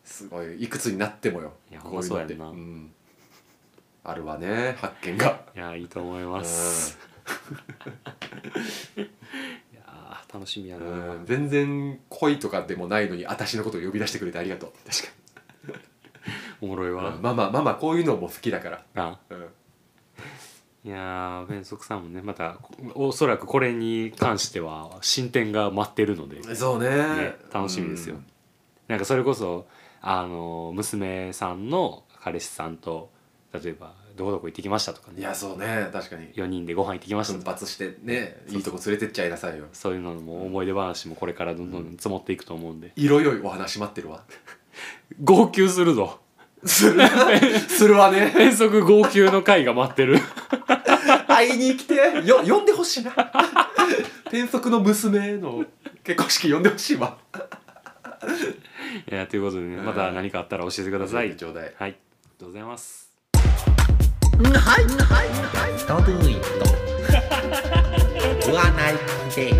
Speaker 2: すごいいくつになってもよ
Speaker 1: いや
Speaker 2: こういうのって
Speaker 1: ほんまそうやん
Speaker 2: んあるわね発見が
Speaker 1: いやいいと思います、いやー楽しみやな、
Speaker 2: うん全然恋とかでもないのに私のことを呼び出してくれてありがとう確
Speaker 1: おもろいわ、
Speaker 2: ママママこういうのも好きだから、
Speaker 1: あ
Speaker 2: うん、
Speaker 1: いやーペンソクさんもねまたおそらくこれに関しては進展が待ってるので、
Speaker 2: そうね
Speaker 1: ね、楽しみですよ、なんかそれこそあの娘さんの彼氏さんと例えばどこどこ行ってきましたとか
Speaker 2: うんい
Speaker 1: ね
Speaker 2: やそうね確かに
Speaker 1: 4人でご飯行ってきました
Speaker 2: 奮
Speaker 1: とか
Speaker 2: 発してねいいとこ連れてっちゃいなさいよ
Speaker 1: そういうのも思い出話もこれからどんどん積もっていくと思うんで
Speaker 2: 色よいお話待ってるわ
Speaker 1: 号泣するぞ
Speaker 2: するするわね
Speaker 1: 変則号泣の回が待って る
Speaker 2: 会いに来て よ呼んでほしいな 転職の娘の結婚式呼んでほしい わ
Speaker 1: いやということでねまた何かあったら教えてください
Speaker 2: ちょうだい
Speaker 1: はいありがとうございます
Speaker 3: ドドゥイド言わないで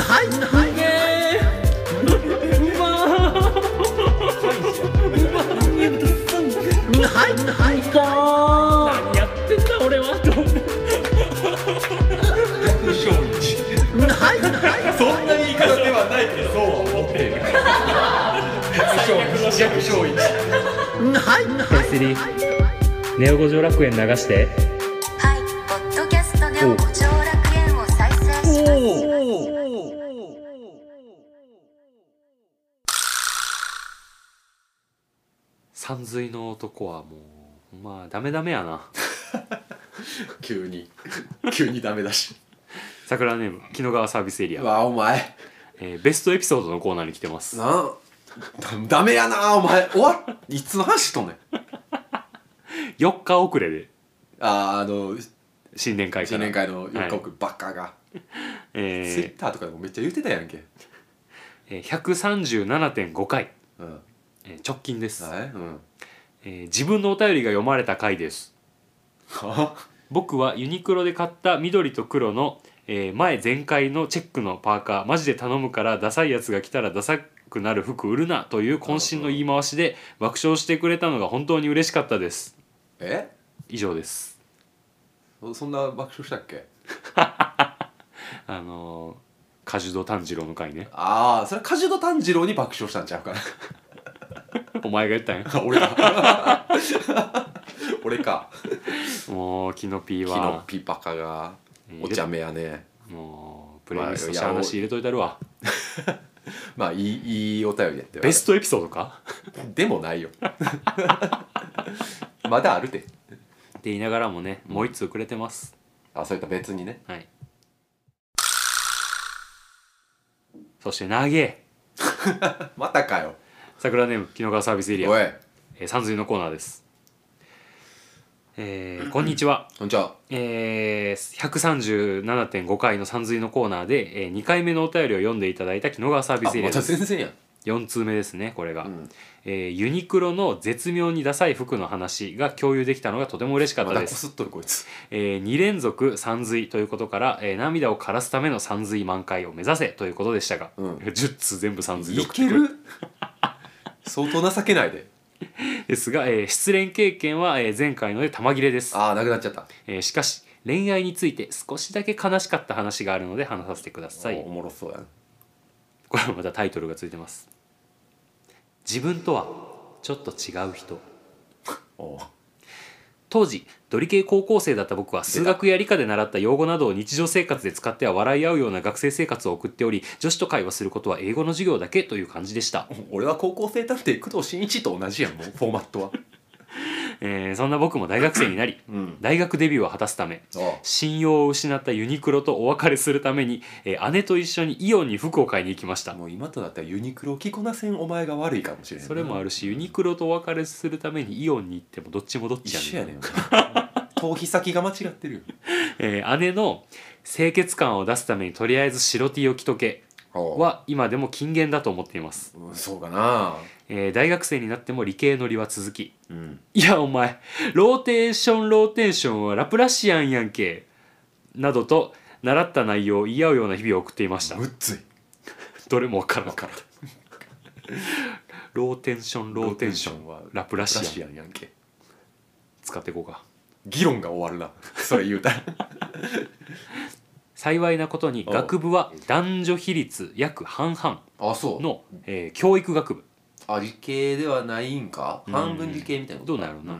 Speaker 3: はいはいはいはい何やってんだ俺はとはいはい
Speaker 2: そんな言い方ではないけどそうは思っている 百姓一
Speaker 3: はいはい
Speaker 1: ネオ五条楽園流して
Speaker 4: はい、ポッドキャストでも五条楽園を再生します。
Speaker 1: 山水の男はもうまあダメダメやな
Speaker 2: 急に 急にダメだし
Speaker 1: 桜ネーム木の川サービスエリア
Speaker 2: う、わお前
Speaker 1: えーベストエピソードのコーナーに来てます
Speaker 2: なダダメやなお前終わっいつの話しとんねん
Speaker 1: 4日遅れで
Speaker 2: あーあの
Speaker 1: 新年会から
Speaker 2: 新年会の予告ばっかが、
Speaker 1: え
Speaker 2: ツイ
Speaker 1: ー
Speaker 2: ッターとかでもめっちゃ言ってたやんけ
Speaker 1: えー、137.5回、
Speaker 2: うんはい
Speaker 1: えー直近です、
Speaker 2: うん
Speaker 1: えー自分のお便りが読まれた回です
Speaker 2: は
Speaker 1: 僕はユニクロで買った緑と黒の、えー前全開のチェックのパーカーマジで頼むからダサいやつが来たらダサくなる服売るなという渾身の言い回しで爆笑してくれたのが本当に嬉しかったです
Speaker 2: え
Speaker 1: 以上です
Speaker 2: そそんな爆笑したっけ
Speaker 1: あのー、カジュド炭治郎の回ね
Speaker 2: ああそれは梶戸炭治郎に爆笑したんちゃうかな
Speaker 1: お前が言った んや
Speaker 2: 俺か 俺か
Speaker 1: もうキノピー
Speaker 2: キノ
Speaker 1: は
Speaker 2: ピバカが
Speaker 1: 入れ
Speaker 2: お茶目やね
Speaker 1: もうプレイリストして話入れといたるわ、
Speaker 2: まあいいいいお便りやって
Speaker 1: ベストエピソードか
Speaker 2: トでもないよ まだあるて
Speaker 1: って言いながらもねもう一通くれてます
Speaker 2: あそういった別にね
Speaker 1: はいそして長え
Speaker 2: またかよ
Speaker 1: 桜ネーム紀の川サービスエリ
Speaker 2: お
Speaker 1: ア、
Speaker 2: い
Speaker 1: えー、三髄のコーナーですえー、こんにちは
Speaker 2: こんにちは
Speaker 1: えー、137.5回の三髄のコーナーで、えー、2回目のお便りを読んでいただいた紀の川サービ
Speaker 2: あ
Speaker 1: スエリ
Speaker 2: ま
Speaker 1: アで
Speaker 2: た
Speaker 1: す
Speaker 2: 全然やん
Speaker 1: 4通目ですねこれが、
Speaker 2: うん
Speaker 1: えーユニクロの絶妙にダサい服の話が共有できたのがとても嬉しかっ
Speaker 2: ま
Speaker 1: た
Speaker 2: た
Speaker 1: で
Speaker 2: こ
Speaker 1: す、
Speaker 2: すっとるこいつ
Speaker 1: え2連続三髄ということから、えー涙を枯らすための三髄満開を目指せということでしたが、
Speaker 2: うん
Speaker 1: 10通全部三髄で
Speaker 2: い
Speaker 1: 送って
Speaker 2: け
Speaker 1: くる
Speaker 2: る 相当情けないで
Speaker 1: ですが、えー失恋経験は、えー前回ので玉切れです、
Speaker 2: ああなくなっちゃった
Speaker 1: えーしかし恋愛について少しだけ悲しかった話があるので話させてください
Speaker 2: おおもろそうやな
Speaker 1: これはまたタイトルがついてます自分とはちょっと違う人
Speaker 2: おう
Speaker 1: 当時ドリ系高校生だった僕は数学や理科で習った用語などを日常生活で使っては笑い合うような学生生活を送っており女子と会話することは英語の授業だけという感じでした、
Speaker 2: 俺は高校生探偵工藤新一と同じやんもう フォーマットは
Speaker 1: えーそんな僕も大学生になり、
Speaker 2: うん
Speaker 1: 大学デビューを果たすため
Speaker 2: あ
Speaker 1: 信用を失ったユニクロとお別れするために、えー姉と一緒にイオンに服を買いに行きました
Speaker 2: もう今となったらユニクロを着こなせんお前が悪いかもしれんない
Speaker 1: それもあ
Speaker 2: る
Speaker 1: るしユニクロとお別れするためにイオンに行ってもどっちもどっち
Speaker 2: 一
Speaker 1: や
Speaker 2: 緒
Speaker 1: ねん
Speaker 2: や ねん逃避先が間違って るよ
Speaker 1: えー姉の清潔感を出すためにとりあえず白 T を着とけは今でも禁言だと思っています、
Speaker 2: うんそうかな
Speaker 1: えー大学生になっても理系のりは続き
Speaker 2: うん
Speaker 1: いやお前ローテーションローテーションはラプラシアンやんけなどと習った内容を言い合うような日々を送っていました
Speaker 2: むっつい
Speaker 1: どれもわから なかったローテンションローテンション
Speaker 2: は
Speaker 1: ラプラシアン
Speaker 2: アンやんけ
Speaker 1: 使っていこうか
Speaker 2: 議論が終わる なそれ言うたら
Speaker 1: 幸いなことに
Speaker 2: おう
Speaker 1: 学部は男女比率約半々
Speaker 2: あそう
Speaker 1: の、えー教育学部
Speaker 2: あ理系ではないんか半分理系みたいなこと
Speaker 1: どうなるな、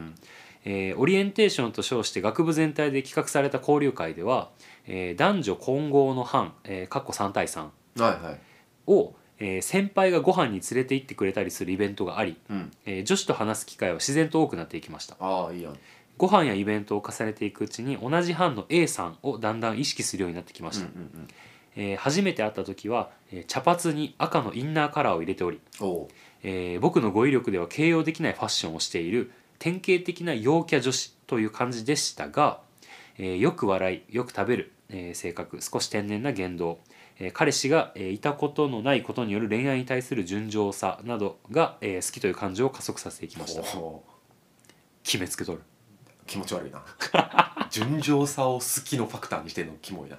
Speaker 1: えーオリエンテーションと称して学部全体で企画された交流会では、えー男女混合の班、えー、かっこ3対3
Speaker 2: はいはい
Speaker 1: を、えー先輩がご飯に連れて行ってくれたりするイベントがあり、
Speaker 2: うん
Speaker 1: えー女子と話す機会は自然と多くなっていきました
Speaker 2: ああいいやん
Speaker 1: ご飯やイベントを重ねていくうちに同じ班の A さんをだんだん意識するようになってきました、
Speaker 2: ん
Speaker 1: えー初めて会った時は、えー茶髪に赤のインナーカラーを入れており、
Speaker 2: うんおう
Speaker 1: えー僕の語彙力では形容できないファッションをしている典型的な陽キャ女子という感じでしたが、えーよく笑いよく食べる、えー性格少し天然な言動、えー彼氏が、えーいたことのないことによる恋愛に対する純情さなどが、えー好きという感情を加速させていきました
Speaker 2: おう
Speaker 1: 決めつけとる
Speaker 2: 気持ち悪いな純情さを好きのファクターにしてんのキモいな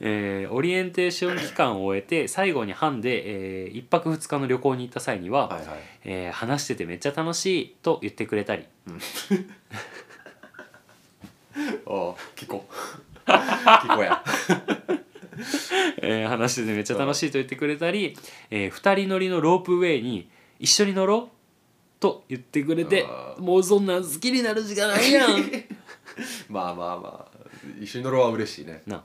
Speaker 1: えーオリエンテーション期間を終えて最後に班で、え1泊2日の旅行に行った際には、
Speaker 2: はいはい
Speaker 1: えー話しててめっちゃ楽しいと言ってくれたり
Speaker 2: ああ聞こう 聞こうや
Speaker 1: えー話しててめっちゃ楽しいと言ってくれたり、え2人乗りのロープウェイに「一緒に乗ろう?」と言ってくれて
Speaker 2: あー
Speaker 1: もうそんなん好きになるしかない やん
Speaker 2: まあまあまあ一緒に乗ろうは嬉しいね
Speaker 1: な、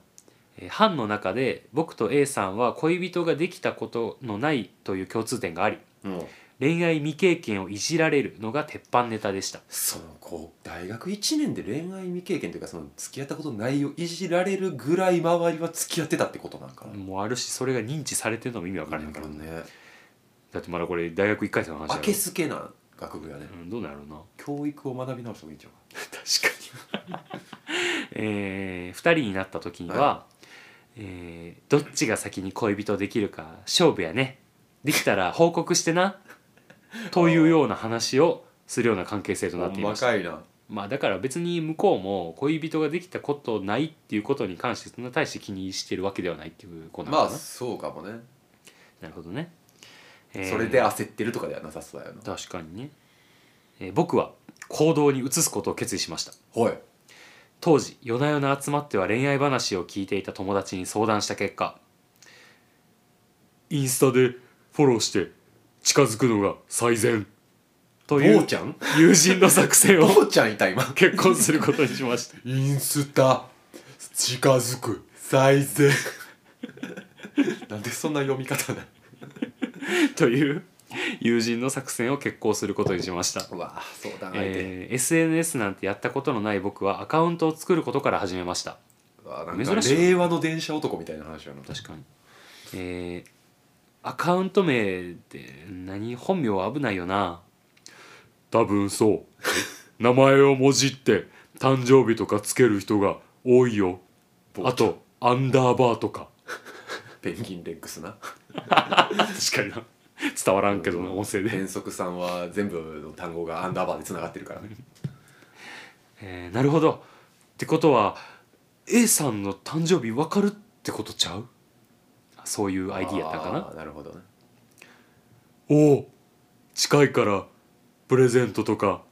Speaker 1: えー班の中で僕と A さんは恋人ができたことのないという共通点があり
Speaker 2: うん
Speaker 1: 恋愛未経験をいじられるのが鉄板ネタでした
Speaker 2: そのこう大学1年で恋愛未経験というかその付き合ったことないをいじられるぐらい周りは付き合ってたってことなんかな、
Speaker 1: もうあるしそれが認知されてるのも意味わからへんからね
Speaker 2: ね
Speaker 1: だってまだこれ大学1回生の話だ
Speaker 2: 明
Speaker 1: ろ
Speaker 2: けすけな学部やね、
Speaker 1: うん、どうなるな
Speaker 2: 教育を学び直した方がいいんちゃうか
Speaker 1: 確かに、えー、2人になった時には、
Speaker 2: は
Speaker 1: えーどっちが先に恋人できるか勝負やねできたら報告してなというような話をするような関係性となっていま
Speaker 2: 細
Speaker 1: した
Speaker 2: かいな
Speaker 1: まあだから別に向こうも恋人ができたことないっていうことに関してそんな大して気にしてるわけではないっていうことなの
Speaker 2: ま
Speaker 1: か
Speaker 2: あ
Speaker 1: な、
Speaker 2: そうかもね、
Speaker 1: なるほどね、えー
Speaker 2: それで焦ってるとかではなさそうやな
Speaker 1: 確かにね、えー僕は行動に移すことを決意しました
Speaker 2: はい
Speaker 1: 当時夜な夜な集まっては恋愛話を聞いていた友達に相談した結果インスタでフォローして近づくのが最善とい
Speaker 2: 坊
Speaker 1: う
Speaker 2: ちゃん
Speaker 1: 友人の作戦を
Speaker 2: 坊ちゃんいた今
Speaker 1: 結婚することにしました
Speaker 2: インスタ近づく最 善なんでそんな読み方な
Speaker 1: という友人の作戦を決行することにしました、
Speaker 2: のわあ相談相手、
Speaker 1: えー SNS なんてやったことのない僕はアカウントを作ることから始めました
Speaker 2: わあなんか
Speaker 1: 珍しい
Speaker 2: 令和の電車男みたいな話やな
Speaker 1: 確かにえーアカウント名って何本名は危ないよな多分そう名前をもじって誕生日とかつける人が多いよあとアンダーバーとか
Speaker 2: ペンギンレックスな
Speaker 1: 確かにな伝わらんけどな音声で
Speaker 2: 変則さんは全部の単語がアンダーバーでつながってるからね
Speaker 1: えーなるほどってことは A さんの誕生日わかるってことちゃうあそういうアイディアやったんかな
Speaker 2: あーなるほどね
Speaker 1: おお近いからプレゼントとか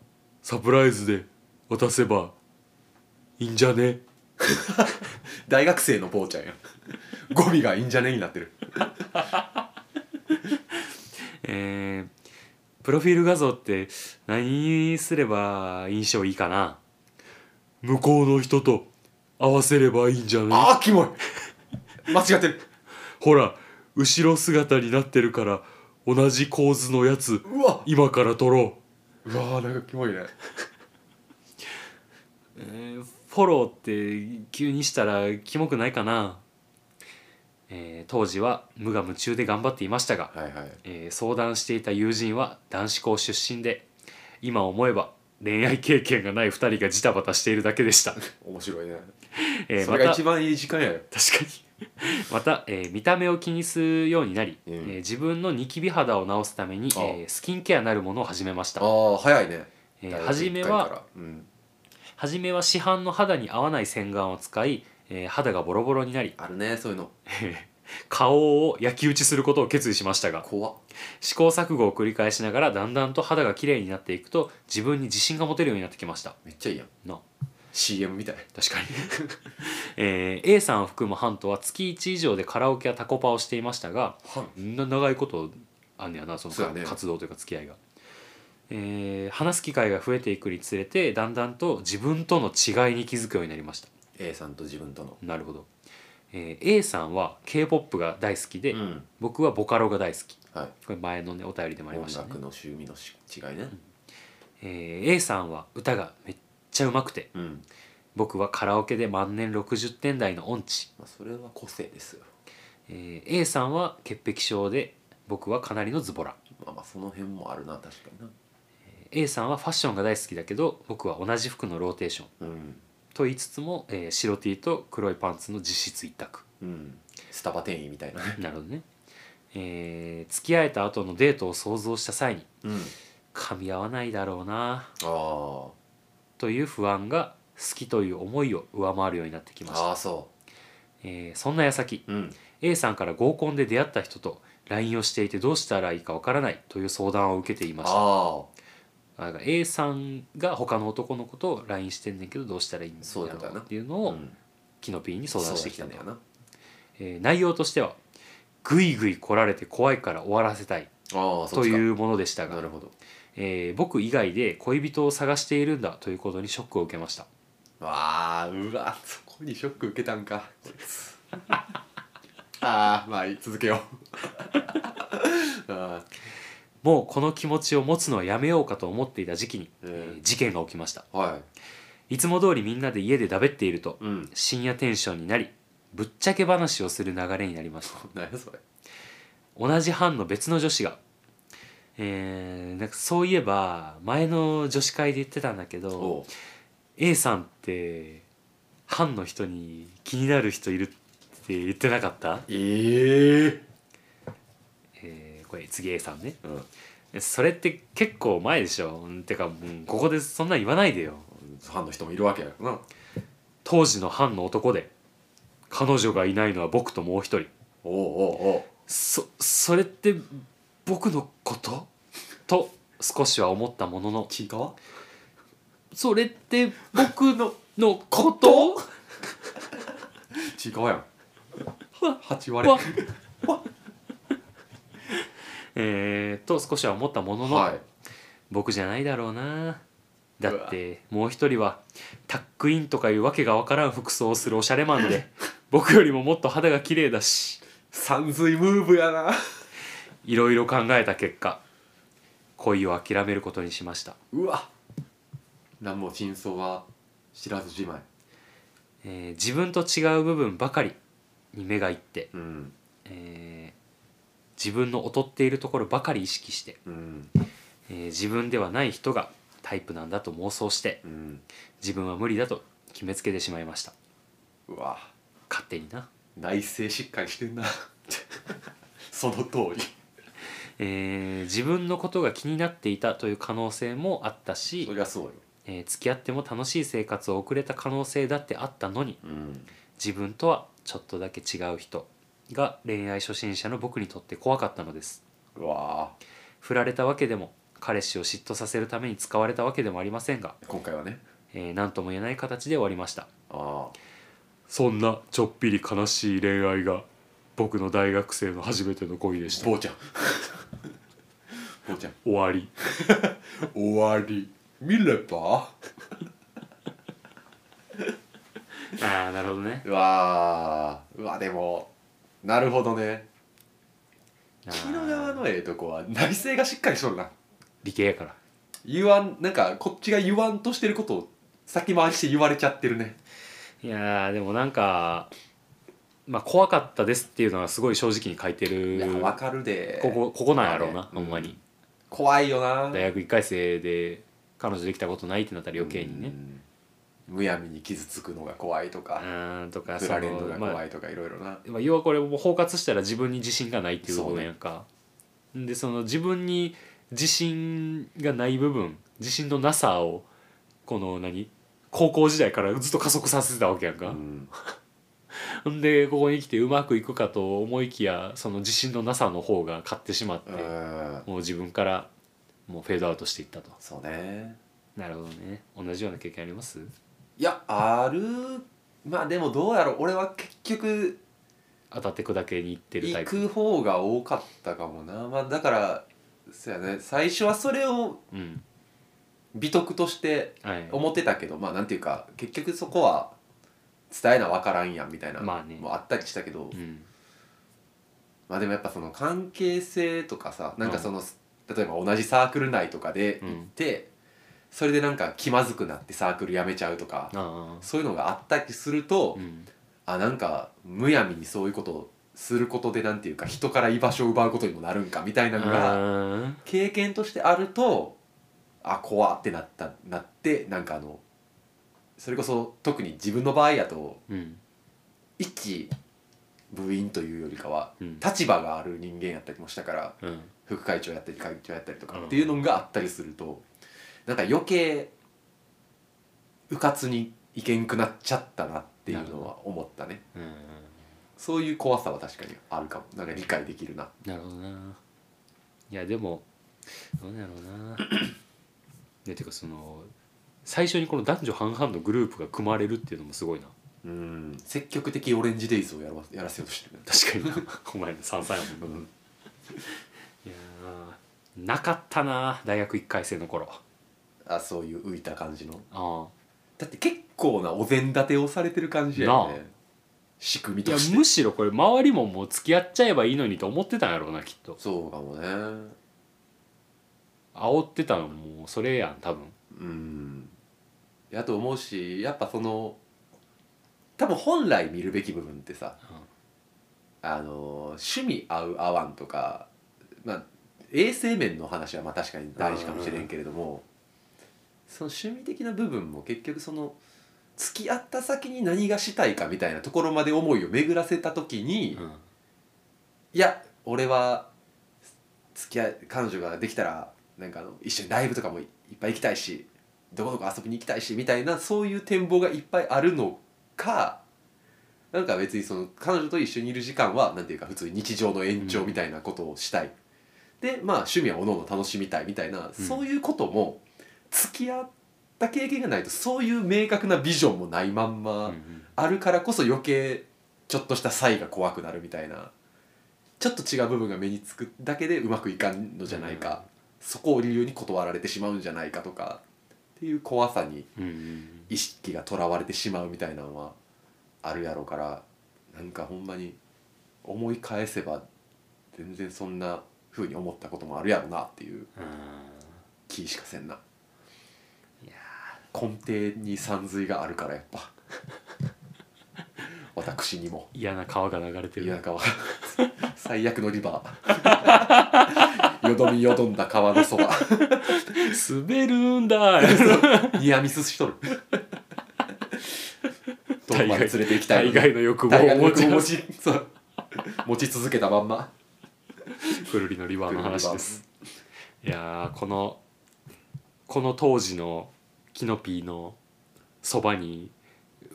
Speaker 1: サプライズで渡せばいいんじゃね
Speaker 2: 大学生の坊ちゃんや語尾がいいんじゃねになってる
Speaker 1: えープロフィール画像って何すれば印象いいかな向こうの人と合わせればいいんじゃね
Speaker 2: あーキモい間違ってる
Speaker 1: ほら後ろ姿になってるから同じ構図のやつ
Speaker 2: うわ
Speaker 1: 今から撮ろう
Speaker 2: うわーなんかキモいね
Speaker 1: えーフォローって急にしたらキモくないかな、えー当時は無我夢中で頑張っていましたが、
Speaker 2: はいはい
Speaker 1: えー相談していた友人は男子校出身で今思えば恋愛経験がない2人がジタバタしているだけで した、
Speaker 2: 面白いね、
Speaker 1: えー
Speaker 2: そ
Speaker 1: ま
Speaker 2: れが
Speaker 1: た
Speaker 2: 一番いい時間やよ
Speaker 1: 確かに また、えー見た目を気にするようになり、
Speaker 2: うん
Speaker 1: えー自分のニキビ肌を治すために、
Speaker 2: ああ
Speaker 1: えースキンケアなるものを始めました
Speaker 2: ああ早いね、
Speaker 1: えー
Speaker 2: 大学
Speaker 1: 初め
Speaker 2: 一回か
Speaker 1: は
Speaker 2: らうん、
Speaker 1: 初めは市販の肌に合わない洗顔を使い、えー肌がボロボロになり
Speaker 2: あるねそういうの
Speaker 1: 顔を焼き打ちすることを決意しましたが
Speaker 2: 怖っ
Speaker 1: 試行錯誤を繰り返しながらだんだんと肌が綺麗になっていくと自分に自信が持てるようになってきました
Speaker 2: めっちゃいいやん
Speaker 1: な
Speaker 2: CM みたい
Speaker 1: 確かに、 えー A さんを含むハントは月1以上でカラオケやタコパをしていましたが
Speaker 2: はん
Speaker 1: な長いことあんねやなその
Speaker 2: そうやね
Speaker 1: 活動というか付き合いが、えー話す機会が増えていくにつれてだんだんと自分との違いに気づくようになりました
Speaker 2: A さんと自分との
Speaker 1: なるほど、えー A さんは k p o p が大好きで、
Speaker 2: ん
Speaker 1: 僕はボカロが大好き
Speaker 2: はい
Speaker 1: これ前のねお便りでもありま
Speaker 2: 音
Speaker 1: したね
Speaker 2: 楽、の趣味のし違いね
Speaker 1: えー A さんは歌がめっちゃうまくて
Speaker 2: うん、
Speaker 1: 僕はカラオケで万年60点台の音痴、
Speaker 2: まあ、それは個性ですよ
Speaker 1: えー A さんは潔癖症で僕はかなりのズボラ
Speaker 2: まあまあその辺もあるな確かにな
Speaker 1: A さんはファッションが大好きだけど僕は同じ服のローテーション
Speaker 2: うん
Speaker 1: と言いつつも、えー白 T と黒いパンツの実質一択
Speaker 2: うんスタバ店員みたいなね
Speaker 1: なるほどね、えー付き合えた後のデートを想像した際に
Speaker 2: うん
Speaker 1: 噛み合わないだろうな
Speaker 2: あ
Speaker 1: という不安が好きという思いを上回るようになってき
Speaker 2: ー
Speaker 1: ました
Speaker 2: あーそ
Speaker 1: えーそんな矢先
Speaker 2: ううん
Speaker 1: A さんから合コンで出会った人と LINE をしていてどうしたらいいかわからないという相談を受けていました
Speaker 2: ああ
Speaker 1: なんか A さんが他の男の子と LINE してんねんけどどうしたらいいんだ
Speaker 2: そういうこと
Speaker 1: ろ
Speaker 2: や
Speaker 1: う
Speaker 2: な
Speaker 1: っていうのを、
Speaker 2: ん
Speaker 1: キノピーに相談してきたん
Speaker 2: ん
Speaker 1: だ
Speaker 2: だ
Speaker 1: よ
Speaker 2: よ
Speaker 1: な、
Speaker 2: な
Speaker 1: えー内容としてはぐいぐい来られて怖いから終わらせたい
Speaker 2: ああ
Speaker 1: と
Speaker 2: う
Speaker 1: いうものでした
Speaker 2: な
Speaker 1: が
Speaker 2: る、ほど
Speaker 1: えー僕以外で恋人を探しているんだということにショックを受けました
Speaker 2: わあうわそこにショック受けたんかこいつ ああまあいい続けよう あ
Speaker 1: もうこの気持ちを持つのはやめようかと思っていた時期に、
Speaker 2: う
Speaker 1: え
Speaker 2: ん
Speaker 1: ー事件が起きました
Speaker 2: あはい
Speaker 1: いつも通りみんなで家でだべっていると、
Speaker 2: うん
Speaker 1: 深夜テンションになりぶっちゃけ話をする流れになりま した
Speaker 2: 何やそれ
Speaker 1: 同じ班の別の女子が、えーなんかそういえば前の女子会で言ってたんだけど
Speaker 2: う
Speaker 1: A さんって班の人に気になる人いるって言ってなかった、
Speaker 2: ええ
Speaker 1: えーこれ次 A さんね
Speaker 2: うん
Speaker 1: それって結構前でしょうんてかもうここでそんなん言わないでよ
Speaker 2: ファンの人もいるわけやからな
Speaker 1: 当時の班の男で彼女がいないのは僕ともう一人
Speaker 2: おうおうおう
Speaker 1: そそれって僕のことと少しは思ったものの
Speaker 2: ちいかわ
Speaker 1: それって僕ののこと
Speaker 2: ちいかわやん
Speaker 1: わ
Speaker 2: 8割は
Speaker 1: えー、と少しは思ったものの、
Speaker 2: い
Speaker 1: 僕じゃないだろうなだってもう一人はタックインとかいうわけがわからん服装をするおしゃれマンで 僕よりももっと肌が綺麗だし
Speaker 2: 三髄ムーブやない
Speaker 1: ろいろ考えた結果恋を諦めることにしました、
Speaker 2: うわ何も真相は知らずじまい
Speaker 1: えー自分と違う部分ばかりに目がいって、
Speaker 2: うん
Speaker 1: えー自分の劣っているところばかり意識して、
Speaker 2: うん
Speaker 1: えー自分ではない人がタイプなんだと妄想して
Speaker 2: うん
Speaker 1: 自分は無理だと決めつけてしまいました
Speaker 2: うわ
Speaker 1: 勝手にな
Speaker 2: 内政しっかりしてんな その通り
Speaker 1: えー自分のことが気になっていたという可能性もあったし
Speaker 2: そ、りゃそうよ、
Speaker 1: えー付き合っても楽しい生活を送れた可能性だってあったのに
Speaker 2: うん、
Speaker 1: 自分とはちょっとだけ違う人が恋愛初心者の僕にとって怖かったのです
Speaker 2: うわ
Speaker 1: 振られたわけでも彼氏を嫉妬させるために使われたわけでもありませんが
Speaker 2: 今回はね
Speaker 1: えー何とも言えない形で終わりました
Speaker 2: ああ
Speaker 1: そんなちょっぴり悲しい恋愛が僕の大学生の初めての恋でし
Speaker 2: 坊ちゃん 坊ちゃん
Speaker 1: 終わり
Speaker 2: 終わり見れば
Speaker 1: ああなるほどね
Speaker 2: うわーうわでもなるほどね
Speaker 1: あー
Speaker 2: 木の側のええとこは内政がしっかりしとるな
Speaker 1: 理系やから
Speaker 2: 言わんなんかこっちが言わんとしてることを先回りして言われちゃってるね
Speaker 1: いやーでもなんか、まあ、怖かったですっていうのはすごい正直に書いて
Speaker 2: いや
Speaker 1: る
Speaker 2: わかるで
Speaker 1: ここここなんやろうな、
Speaker 2: うん
Speaker 1: ほんまに
Speaker 2: 怖いよな
Speaker 1: 大学1回生で彼女できたことないってなったら余計にね
Speaker 2: うんむやみに傷つくのが怖いと
Speaker 1: う
Speaker 2: か
Speaker 1: ーんとか
Speaker 2: 振
Speaker 1: そ
Speaker 2: ら
Speaker 1: の
Speaker 2: れるのが
Speaker 1: ま
Speaker 2: 怖
Speaker 1: あ
Speaker 2: いとかいろいろな
Speaker 1: まあ要はこれもう包括したら自分に自信がないっていうことやんか、でその自分に自信がない部分自信のなさをこの何高校時代からずっと加速させてたわけやんか、
Speaker 2: うん
Speaker 1: ん でここに来てうまくいくかと思いきやその自信のなさの方が勝ってしまって、
Speaker 2: うん
Speaker 1: もう自分からもうフェードアウトしていったと
Speaker 2: そうね
Speaker 1: なるほどね同じような経験あります
Speaker 2: いやあるまあでもどうやろう俺は結局
Speaker 1: 当たって砕けにいってるタ
Speaker 2: 行
Speaker 1: イプ
Speaker 2: く方が多かったかもなまあだからそうやね最初はそれを
Speaker 1: うん
Speaker 2: 美徳として
Speaker 1: はい
Speaker 2: 思ってたけどまあなんていうか結局そこは伝えな分からんやんみたいな
Speaker 1: まあね
Speaker 2: もあったりしたけど、
Speaker 1: うん
Speaker 2: まあでもやっぱその関係性とかさなんかその、例えば同じサークル内とかで行って、それでなんか気まずくなってサークル辞めちゃうとか、
Speaker 1: ああ
Speaker 2: そういうのがあったりすると、
Speaker 1: うん
Speaker 2: あなんかむやみにそういうことをすることでなんていうか人から居場所を奪うことにもなるんかみたいなのが
Speaker 1: あ
Speaker 2: 経験としてあるとあ怖ってなったなってなんかあのそれこそ特に自分の場合やと
Speaker 1: ーうん
Speaker 2: 一部員というよりかは
Speaker 1: うん
Speaker 2: 立場がある人間やったりもしたから
Speaker 1: うん
Speaker 2: 副会長やったり会長やったりとか
Speaker 1: うん
Speaker 2: っていうのがあったりするとなんか余計うかつにいけんくなっちゃったなっていうのは思ったね
Speaker 1: うん
Speaker 2: そういう怖さは確かにあるかもなんか理解できるな
Speaker 1: なるほどないやでもどうなんやろうな ねてかその最初にこの男女半々のグループが組まれるっていうのもすごいな
Speaker 2: うん積極的オレンジデイズをやろうやらせようとしてる
Speaker 1: 確かに なお前の3歳やもんな
Speaker 2: うん
Speaker 1: いやーなかったな大学1回生の頃
Speaker 2: あそういう浮いた感じの
Speaker 1: あ
Speaker 2: だって結構なお膳立てをされてる感じやよね仕組み
Speaker 1: いや
Speaker 2: として
Speaker 1: むしろこれ周りももう付き合っちゃえばいいのにと思ってたんやろうなきっと
Speaker 2: そうかもね
Speaker 1: 煽ってたのもうそれやん多分
Speaker 2: うんやと思うしやっぱその多分本来見るべき部分ってさ、あの趣味合う合わんとか、まあ、衛生面の話はまあ確かに大事かもしれんけれどもその趣味的な部分も結局その付き合った先に何がしたいかみたいなところまで思いを巡らせた時に、
Speaker 1: うん
Speaker 2: いや俺は付き合い彼女ができたらなんかあの一緒にライブとかもいいっぱい行きたいしどこどこ遊びに行きたいしみたいなそういう展望がいっぱいあるのかなんか別にその彼女と一緒にいる時間はなんていうか普通に日常の延長みたいなことをしたい、でまあ趣味はおのおの楽しみたいみたいな、
Speaker 1: うん
Speaker 2: そういうことも付き合った経験がないとそういう明確なビジョンもないまんま、あるからこそ余計ちょっとした才が怖くなるみたいなちょっと違う部分が目につくだけでうまくいかんのじゃないか、
Speaker 1: うん
Speaker 2: そこを理由に断られてしまうんじゃないかとかっていう怖さに
Speaker 1: うんうん
Speaker 2: 意識がとらわれてしまうみたいなのはあるやろうからなんかほんまに思い返せば全然そんな風に思ったこともあるやろなってい
Speaker 1: う
Speaker 2: う
Speaker 1: ん
Speaker 2: 気しかせんない
Speaker 1: や
Speaker 2: 根底に散髄があるからやっぱ私にも。
Speaker 1: 嫌な川が流れて
Speaker 2: いや
Speaker 1: る
Speaker 2: なんかわかんない最悪のリバーよどみよどんだ川のそば
Speaker 1: 滑るんだ
Speaker 2: ニアミスしとる遠くまで連れて行きたい
Speaker 1: 大概の欲望
Speaker 2: 大
Speaker 1: を
Speaker 2: 概
Speaker 1: 持
Speaker 2: の欲
Speaker 1: ち
Speaker 2: 望
Speaker 1: 合わ
Speaker 2: 持
Speaker 1: せ
Speaker 2: ちそう持ち続けたまんま
Speaker 1: くるりのリバーの話ですいやーこのこの当時のキノピーのそばに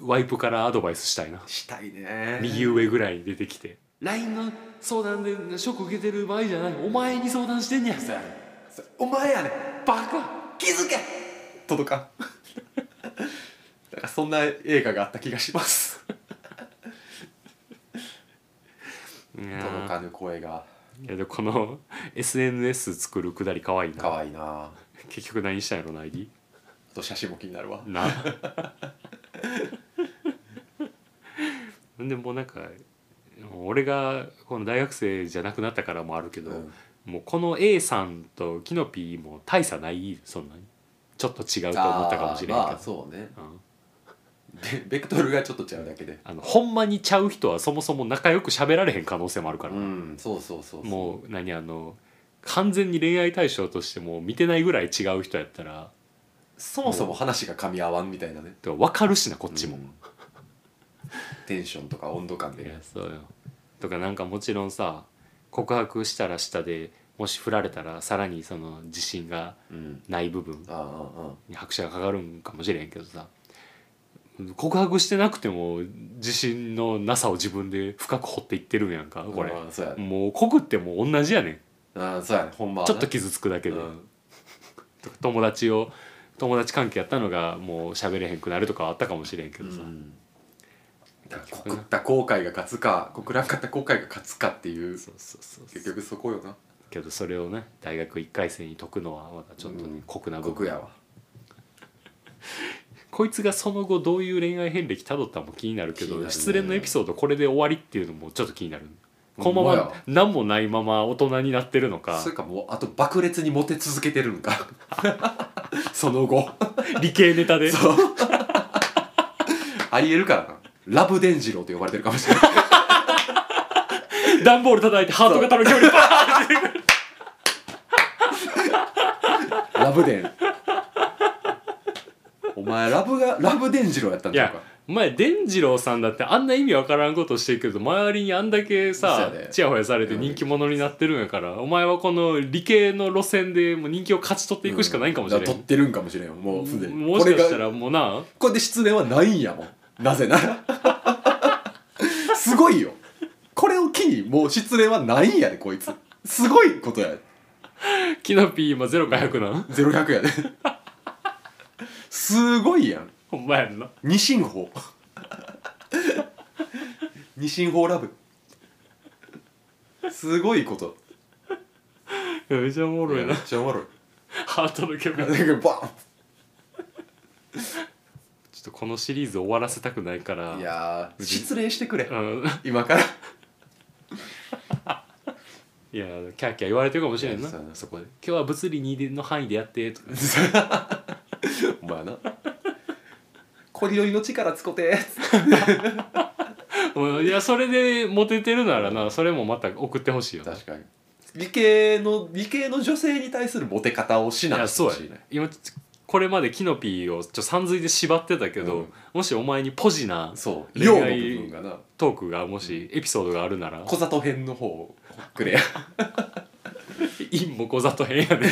Speaker 1: ワイプからアドバイスしたいな
Speaker 2: したいね
Speaker 1: 右上ぐらいに出てきて LINE の相談でショック受けてる場合じゃないお前に相談してんねや
Speaker 2: そうやねそうお前やね
Speaker 1: バカ
Speaker 2: 気づけ届かん なんかそんな映画があった気がします
Speaker 1: いや
Speaker 2: 届
Speaker 1: ー
Speaker 2: かぬ声が
Speaker 1: いやでもこの SNS 作るくだりかわいい
Speaker 2: 可
Speaker 1: な
Speaker 2: 愛いなあ
Speaker 1: 結局何したんやろな ID
Speaker 2: と写真も気になるわ
Speaker 1: なでもうなんか俺がこの大学生じゃなくなったからもあるけど、
Speaker 2: うん
Speaker 1: もうこの A さんとキノピーも大差ないそんなにちょっと違うと思ったかもしれんけど
Speaker 2: あーまあそうね
Speaker 1: うん
Speaker 2: でベクトルがちょっと違うだけで
Speaker 1: あのほんまにちゃう人はそもそも仲良く喋られへん可能性もあるから、
Speaker 2: うんそうそうそうそう
Speaker 1: もう何あの完全に恋愛対象としても見てないぐらい違う人やったら
Speaker 2: そもそも話が噛み合わんみたいなね
Speaker 1: てか分かるしなこっちも
Speaker 2: う、んテンションとか温度感
Speaker 1: い
Speaker 2: で
Speaker 1: やそうよとかなんかもちろんさ告白したらしたでもし振られたらさらにその自信が
Speaker 2: うん
Speaker 1: ない部分
Speaker 2: ああああ
Speaker 1: に拍車がかかるんかもしれんけどさ告白してなくても自信のなさを自分で深く掘っていってるんやんか
Speaker 2: ああ
Speaker 1: これ
Speaker 2: ああそうやね
Speaker 1: もう告ってもう同じやねん
Speaker 2: ああそうやねほんまは
Speaker 1: ち
Speaker 2: な
Speaker 1: ょっと傷つくだけで、
Speaker 2: うん
Speaker 1: とか友達を友達関係やったのがもう喋れへんくなるとかはあったかもしれんけどさ、
Speaker 2: うんだから告った後悔が勝つか告らんかった後悔が勝つかっていう
Speaker 1: そうそうそうそう
Speaker 2: 結局そこよな
Speaker 1: けどそれをね大学1回生に解くのはまだちょっとね、
Speaker 2: うん
Speaker 1: 酷な部
Speaker 2: 告
Speaker 1: 分
Speaker 2: やわ
Speaker 1: こいつがその後どういう恋愛遍歴たどったのも気になるけ
Speaker 2: 気に
Speaker 1: ど
Speaker 2: なるね
Speaker 1: 失恋のエピソードこれで終わりっていうのもちょっと気になるこの
Speaker 2: ほん
Speaker 1: まま
Speaker 2: まや
Speaker 1: 何もないまま大人になってるのか
Speaker 2: それかもうあと爆裂にモテ続けてる んかその後
Speaker 1: 理系ネタで
Speaker 2: そうありえるからなラブ伝次郎と呼ばれてるかもしれない
Speaker 1: 段ボール叩いてハート型の距離バーンって出てくる
Speaker 2: ラブデン。お前ラブがラブデンジロやったん
Speaker 1: い
Speaker 2: ちゃう
Speaker 1: や
Speaker 2: か。
Speaker 1: お前伝次郎さんだってあんな意味わからんことしてるけど周りにあんだけさ
Speaker 2: そうやで
Speaker 1: ちやほやされて人気者になってるんやからお前はこの理系の路線でもう人気を勝ち取っていくしかないんかもしれん
Speaker 2: だら取ってるんかもしれんよもうすでに。
Speaker 1: もしかした
Speaker 2: これが
Speaker 1: らもうな
Speaker 2: これで失恋はないんやもん。なぜなら。すごいよ。これを機にもう失恋はないんやでこいつ。すごいことや。
Speaker 1: キノピー今ゼロか100なん
Speaker 2: ゼロ百やで。すごいやん。
Speaker 1: ほんまやんな
Speaker 2: 二進法。二進法ラブ。すごいこと。
Speaker 1: めっちゃおもろい
Speaker 2: め
Speaker 1: な
Speaker 2: っちゃおもろい。
Speaker 1: ハートの曲ち
Speaker 2: な
Speaker 1: ょ
Speaker 2: んかバ
Speaker 1: っとこのシリーズ終わらせたくないから
Speaker 2: ンいやー失礼してくれ
Speaker 1: うん
Speaker 2: 今から
Speaker 1: いやキャーキャー言われてるかもしれんない
Speaker 2: やそうや
Speaker 1: な
Speaker 2: な
Speaker 1: そこで「今日は物理2の範囲でやって」とか
Speaker 2: お前なコリドリの力つこて
Speaker 1: うんいやそれでモテてるならなそれもまた送ってほしいよな
Speaker 2: 確かに理系の理系の女性に対するモテ方をし
Speaker 1: い
Speaker 2: な
Speaker 1: や
Speaker 2: い
Speaker 1: そうやね今ちょこれまでキノピーをちょっとさんずいで縛ってたけど、
Speaker 2: うん
Speaker 1: もしお前にポジな
Speaker 2: そう
Speaker 1: 恋
Speaker 2: 量の部
Speaker 1: 愛
Speaker 2: 分がな
Speaker 1: トークがもしエピソードがあるなら
Speaker 2: 小里編の方をくれや
Speaker 1: 陰も小里編やね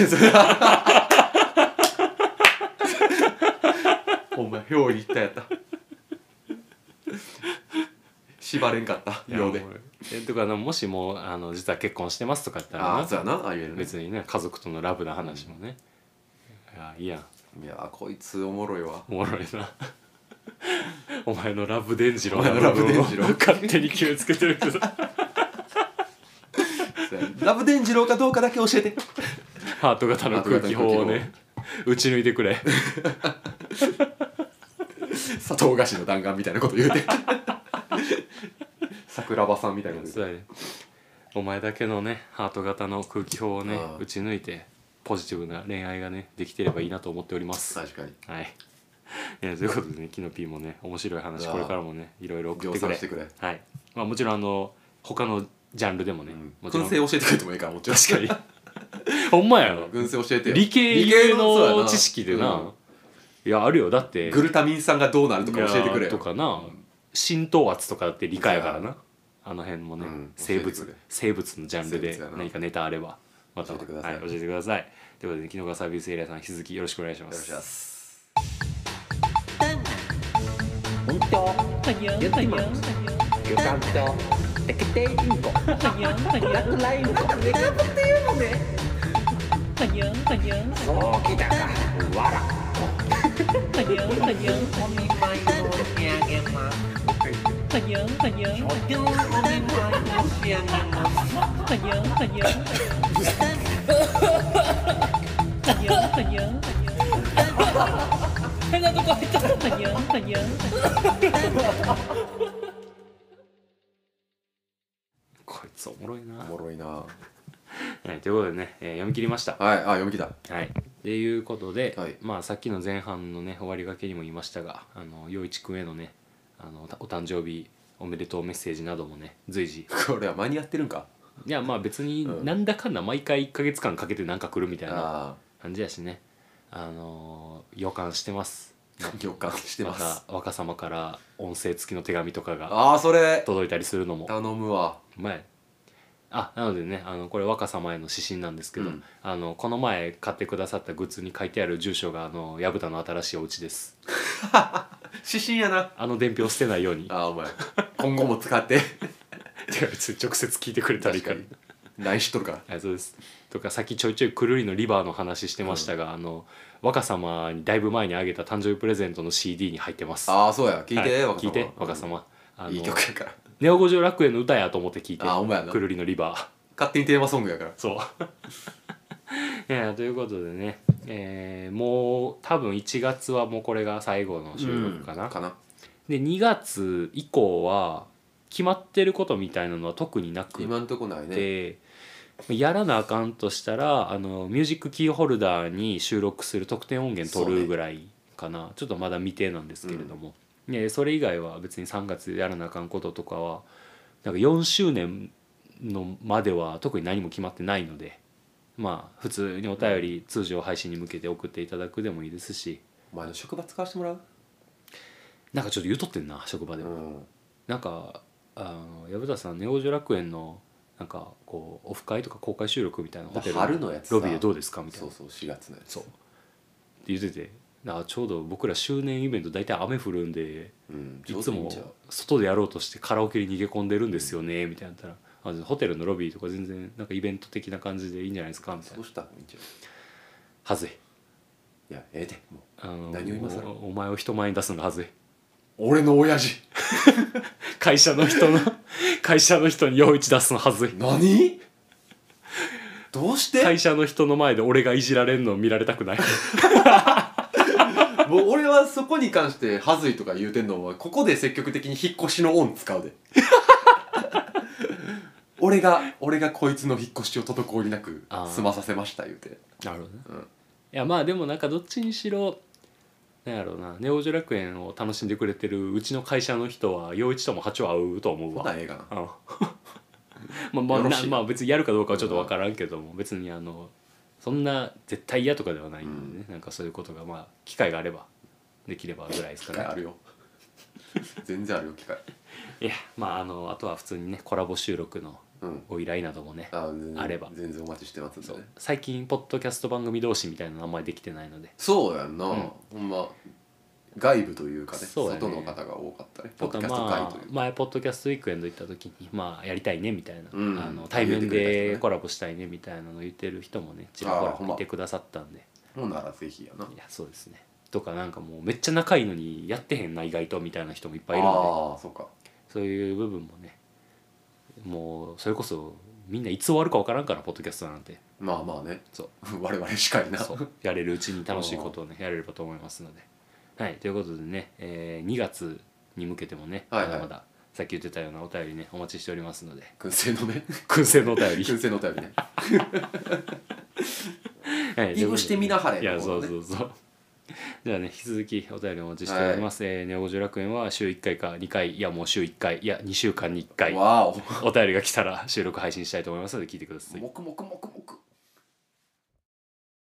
Speaker 2: ほんま表裏一体やった縛れんかった
Speaker 1: いや
Speaker 2: 秒で
Speaker 1: もうえとかなもしもうあの実は結婚してますとか言ったらな
Speaker 2: ああそうやなああいうのね
Speaker 1: 別にね家族とのラブな話もね、いやいいやん
Speaker 2: いやーこいつおもろいわ
Speaker 1: おもろいな お前のラブデンジロー
Speaker 2: お前のラブデンジロー
Speaker 1: 勝手に決めつけてる けど
Speaker 2: ラブデンジローかどうかだけ教えて
Speaker 1: ハート型の空気砲をね打ち抜いてくれ
Speaker 2: 砂糖菓子の弾丸みたいなこと言 うて桜庭さんみたいなこと
Speaker 1: そう
Speaker 2: 言う
Speaker 1: やねお前だけのねハート型の空気砲をね
Speaker 2: ああ
Speaker 1: 打ち抜いてポジティブな恋愛がねできてればいいなと思っております
Speaker 2: 確かに
Speaker 1: はいいやということでねキノピーもね面白い話
Speaker 2: うわ
Speaker 1: これからもねいろいろ送っ
Speaker 2: 量
Speaker 1: てく
Speaker 2: 産
Speaker 1: れ
Speaker 2: してくれ、
Speaker 1: はいまあ、もちろんあの他のジャンルでもね、
Speaker 2: うん、
Speaker 1: もちろん
Speaker 2: 燻製教えてくれてもいいからもちろん
Speaker 1: 確かに ほんまやろ
Speaker 2: 軍政教えてよ
Speaker 1: 理系
Speaker 2: そうや
Speaker 1: の
Speaker 2: な
Speaker 1: 知識でな、
Speaker 2: うん
Speaker 1: いやあるよだって
Speaker 2: グルタミン酸がどうなるとか教えてく
Speaker 1: い
Speaker 2: れ
Speaker 1: や
Speaker 2: よ
Speaker 1: とかな浸透圧とかだって理科やからなあの辺もね、
Speaker 2: うん
Speaker 1: 生
Speaker 2: 教えて
Speaker 1: 物
Speaker 2: くれ
Speaker 1: 生物のジャンル
Speaker 2: 生
Speaker 1: で
Speaker 2: 物やな
Speaker 1: 何かネタあればまた
Speaker 2: 教えてください
Speaker 1: はい、教えてくださいということで木の川サービスエリアさん引き続きよろしくお願いします
Speaker 2: よろしくお願いします
Speaker 3: 本当ゆきまゆかんとテケテイインコドラクラインコネカブっていうのねそうきたかわらお見舞い申し上げますとてもお見舞い申し上げます
Speaker 1: こいつおもろいな
Speaker 2: おもろいなはい
Speaker 1: はい、ということでね、えー読み切りました
Speaker 2: あ読み切った
Speaker 1: はいということで、
Speaker 2: はい
Speaker 1: まあさっきの前半のね終わりがけにも言いましたがあの陽一くんへのねあのおお誕生日おめでとうメッセージなどもね随時
Speaker 2: これは間に合ってるんか
Speaker 1: いやまあ別
Speaker 2: う
Speaker 1: に
Speaker 2: ん
Speaker 1: なんだかんだ毎回1か月間かけてなんか来るみたいな
Speaker 2: あ
Speaker 1: 感じやしねあのー予感してます
Speaker 2: あ共感して
Speaker 1: ま
Speaker 2: ます、
Speaker 1: た若様から音声付きの手紙とかが
Speaker 2: ああそれ
Speaker 1: 届いたりするのも
Speaker 2: 頼むわ
Speaker 1: 前あなのでねあのこれ若様への指針なんですけど、
Speaker 2: うん
Speaker 1: あのこの前買ってくださったグッズに書いてある住所があの薮田の新しいお家です
Speaker 2: 指針やな
Speaker 1: あの伝票捨てないように
Speaker 2: ああお 前今後も使って
Speaker 1: てか別に 直接聞いてくれたらいいから
Speaker 2: LINE しとるから
Speaker 1: はいそうですとかさっきちょいちょいくるりのリバーの話してましたが、あの若様にだいぶ前にあげた誕生日プレゼントの CD に入ってます
Speaker 2: ああそうや聞いて、
Speaker 1: は
Speaker 2: 若様
Speaker 1: 聞いて若様、あの
Speaker 2: いい曲やから
Speaker 1: ネオ五条楽園の歌やと思って聞いて
Speaker 2: あほんまやな
Speaker 1: くるりのリバー
Speaker 2: 勝手にテーマソングやから
Speaker 1: そう いやということでね、えーもう多分1月はもうこれが最後の収録かな、
Speaker 2: かな
Speaker 1: で2月以降は決まってることみたいなのは特になく
Speaker 2: 今んとこないね
Speaker 1: て、やらなあかんとしたらあのミュージックキーホルダーに収録する特典音源取るぐらいかな、ちょっとまだ未定なんですけれども、ねそれ以外は別に3月やらなあかんこととかはなんか4周年のまでは特に何も決まってないのでまあ普通にお便り通常配信に向けて送っていただくでもいいですし
Speaker 2: お前の職場使わせてもらう
Speaker 1: なんかちょっと言うとってんな職場
Speaker 2: う
Speaker 1: でも。
Speaker 2: ん
Speaker 1: なんかあの薮田さんネオジョ楽園のなんかこうオフ会とか公開収録みたいなホテル
Speaker 2: 春のやつさ
Speaker 1: ロビーでどうですかみたい
Speaker 2: そ
Speaker 1: な
Speaker 2: う
Speaker 1: って
Speaker 2: そう4月のやつ
Speaker 1: そう言っててだからちょうど僕ら周年イベント大体雨降るんで
Speaker 2: うん
Speaker 1: い
Speaker 2: ちょう
Speaker 1: つ
Speaker 2: どいいん
Speaker 1: も
Speaker 2: ちゃう
Speaker 1: 外でやろうとしてカラオケに逃げ込んでるんですよねみたいなのやったらあホテルのロビーとか全然なんかイベント的な感じでいいんじゃないですかみたい
Speaker 2: そ
Speaker 1: な
Speaker 2: うしたらいいんちゃ
Speaker 1: はずいう
Speaker 2: いやええでもう
Speaker 1: あの
Speaker 2: 何を今更
Speaker 1: おお前を人前に出すのがはずい
Speaker 2: 俺の親父
Speaker 1: 会社の人の会社の人に陽一出すのはずい
Speaker 2: 何 どうして、
Speaker 1: 会社の人の前で俺がいじられるのを見られたくない
Speaker 2: もう俺はそこに関して「はずい」とか言うてんのはここで積極的に引っ越しの恩使 うで俺が俺がこいつの引っ越しを滞りなく
Speaker 1: あー
Speaker 2: 済まさせました言うて
Speaker 1: なるほどね、
Speaker 2: うん
Speaker 1: いやまあでもなんかどっちにしろなんやろうなネオ・ジョ楽園を楽しんでくれてるうちの会社の人は陽一とも波長合うと思う
Speaker 2: こ
Speaker 1: わ
Speaker 2: んなんええかな
Speaker 1: うん まあまあ
Speaker 2: よろ
Speaker 1: な
Speaker 2: しい
Speaker 1: まあ別にやるかどうかはちょっと分からんけども別にあのそんな絶対嫌とかではないんでね、なんかそういうことがまあ機会があればできればぐらいです
Speaker 2: 機
Speaker 1: か
Speaker 2: 会あ
Speaker 1: ら、
Speaker 2: るよ全然あるよ機会
Speaker 1: いやまああのあとは普通にねコラボ収録の
Speaker 2: うん
Speaker 1: ご依頼などもね、
Speaker 2: あ全然
Speaker 1: あれば
Speaker 2: 全然お待ちしてますんで
Speaker 1: そ
Speaker 2: ね
Speaker 1: う最近ポッドキャスト番組同士みたいなのあんまりできてないので
Speaker 2: そうやんな、
Speaker 1: ん
Speaker 2: ほんま外部というかね
Speaker 1: そうやね
Speaker 2: 外の方が多かったねポ
Speaker 1: と
Speaker 2: ッド
Speaker 1: か
Speaker 2: キャスト
Speaker 1: ま
Speaker 2: 会
Speaker 1: あ
Speaker 2: というか、
Speaker 1: 前ポッドキャストウィークエンド行った時にまあやりたいねみたいな、
Speaker 2: うん
Speaker 1: あの対面
Speaker 2: 言ってくれた人
Speaker 1: で
Speaker 2: ね
Speaker 1: コラボしたいねみたいなの言ってる人もねちらほ
Speaker 2: あーほ
Speaker 1: ら
Speaker 2: んま
Speaker 1: いてくださったんで
Speaker 2: ほんならぜひやない
Speaker 1: やそうですねとかなんかもうめっちゃ仲いいのにやってへんな意外とみたいな人もいっぱいいるの
Speaker 2: ああそうか
Speaker 1: でそういう部分もねもうそれこそみんないつ終わるか分からんからポッドキャストなんて
Speaker 2: まあまあね
Speaker 1: そう
Speaker 2: 我々しかいな
Speaker 1: そうやれるうちに楽しいことをねやれればと思いますのではいということでね、えー2月に向けてもね、
Speaker 2: はいはい
Speaker 1: まだまださっき言ってたようなお便りねお待ちしておりますので
Speaker 2: 燻製のね
Speaker 1: 燻製のお 便り
Speaker 2: 燻製のお便り ね
Speaker 1: はい
Speaker 2: いぶしてみなはれ
Speaker 1: いや
Speaker 2: の
Speaker 1: そ
Speaker 2: 方
Speaker 1: う
Speaker 2: ね
Speaker 1: そうそうじゃあね引き続きお便りお待ちしております、えーネオ五十楽園は週1回か2回いやもう週1回いや2週間に1回
Speaker 2: わお
Speaker 1: お便りが来たら収録配信したいと思いますので聞いてください
Speaker 2: もくもくもくもく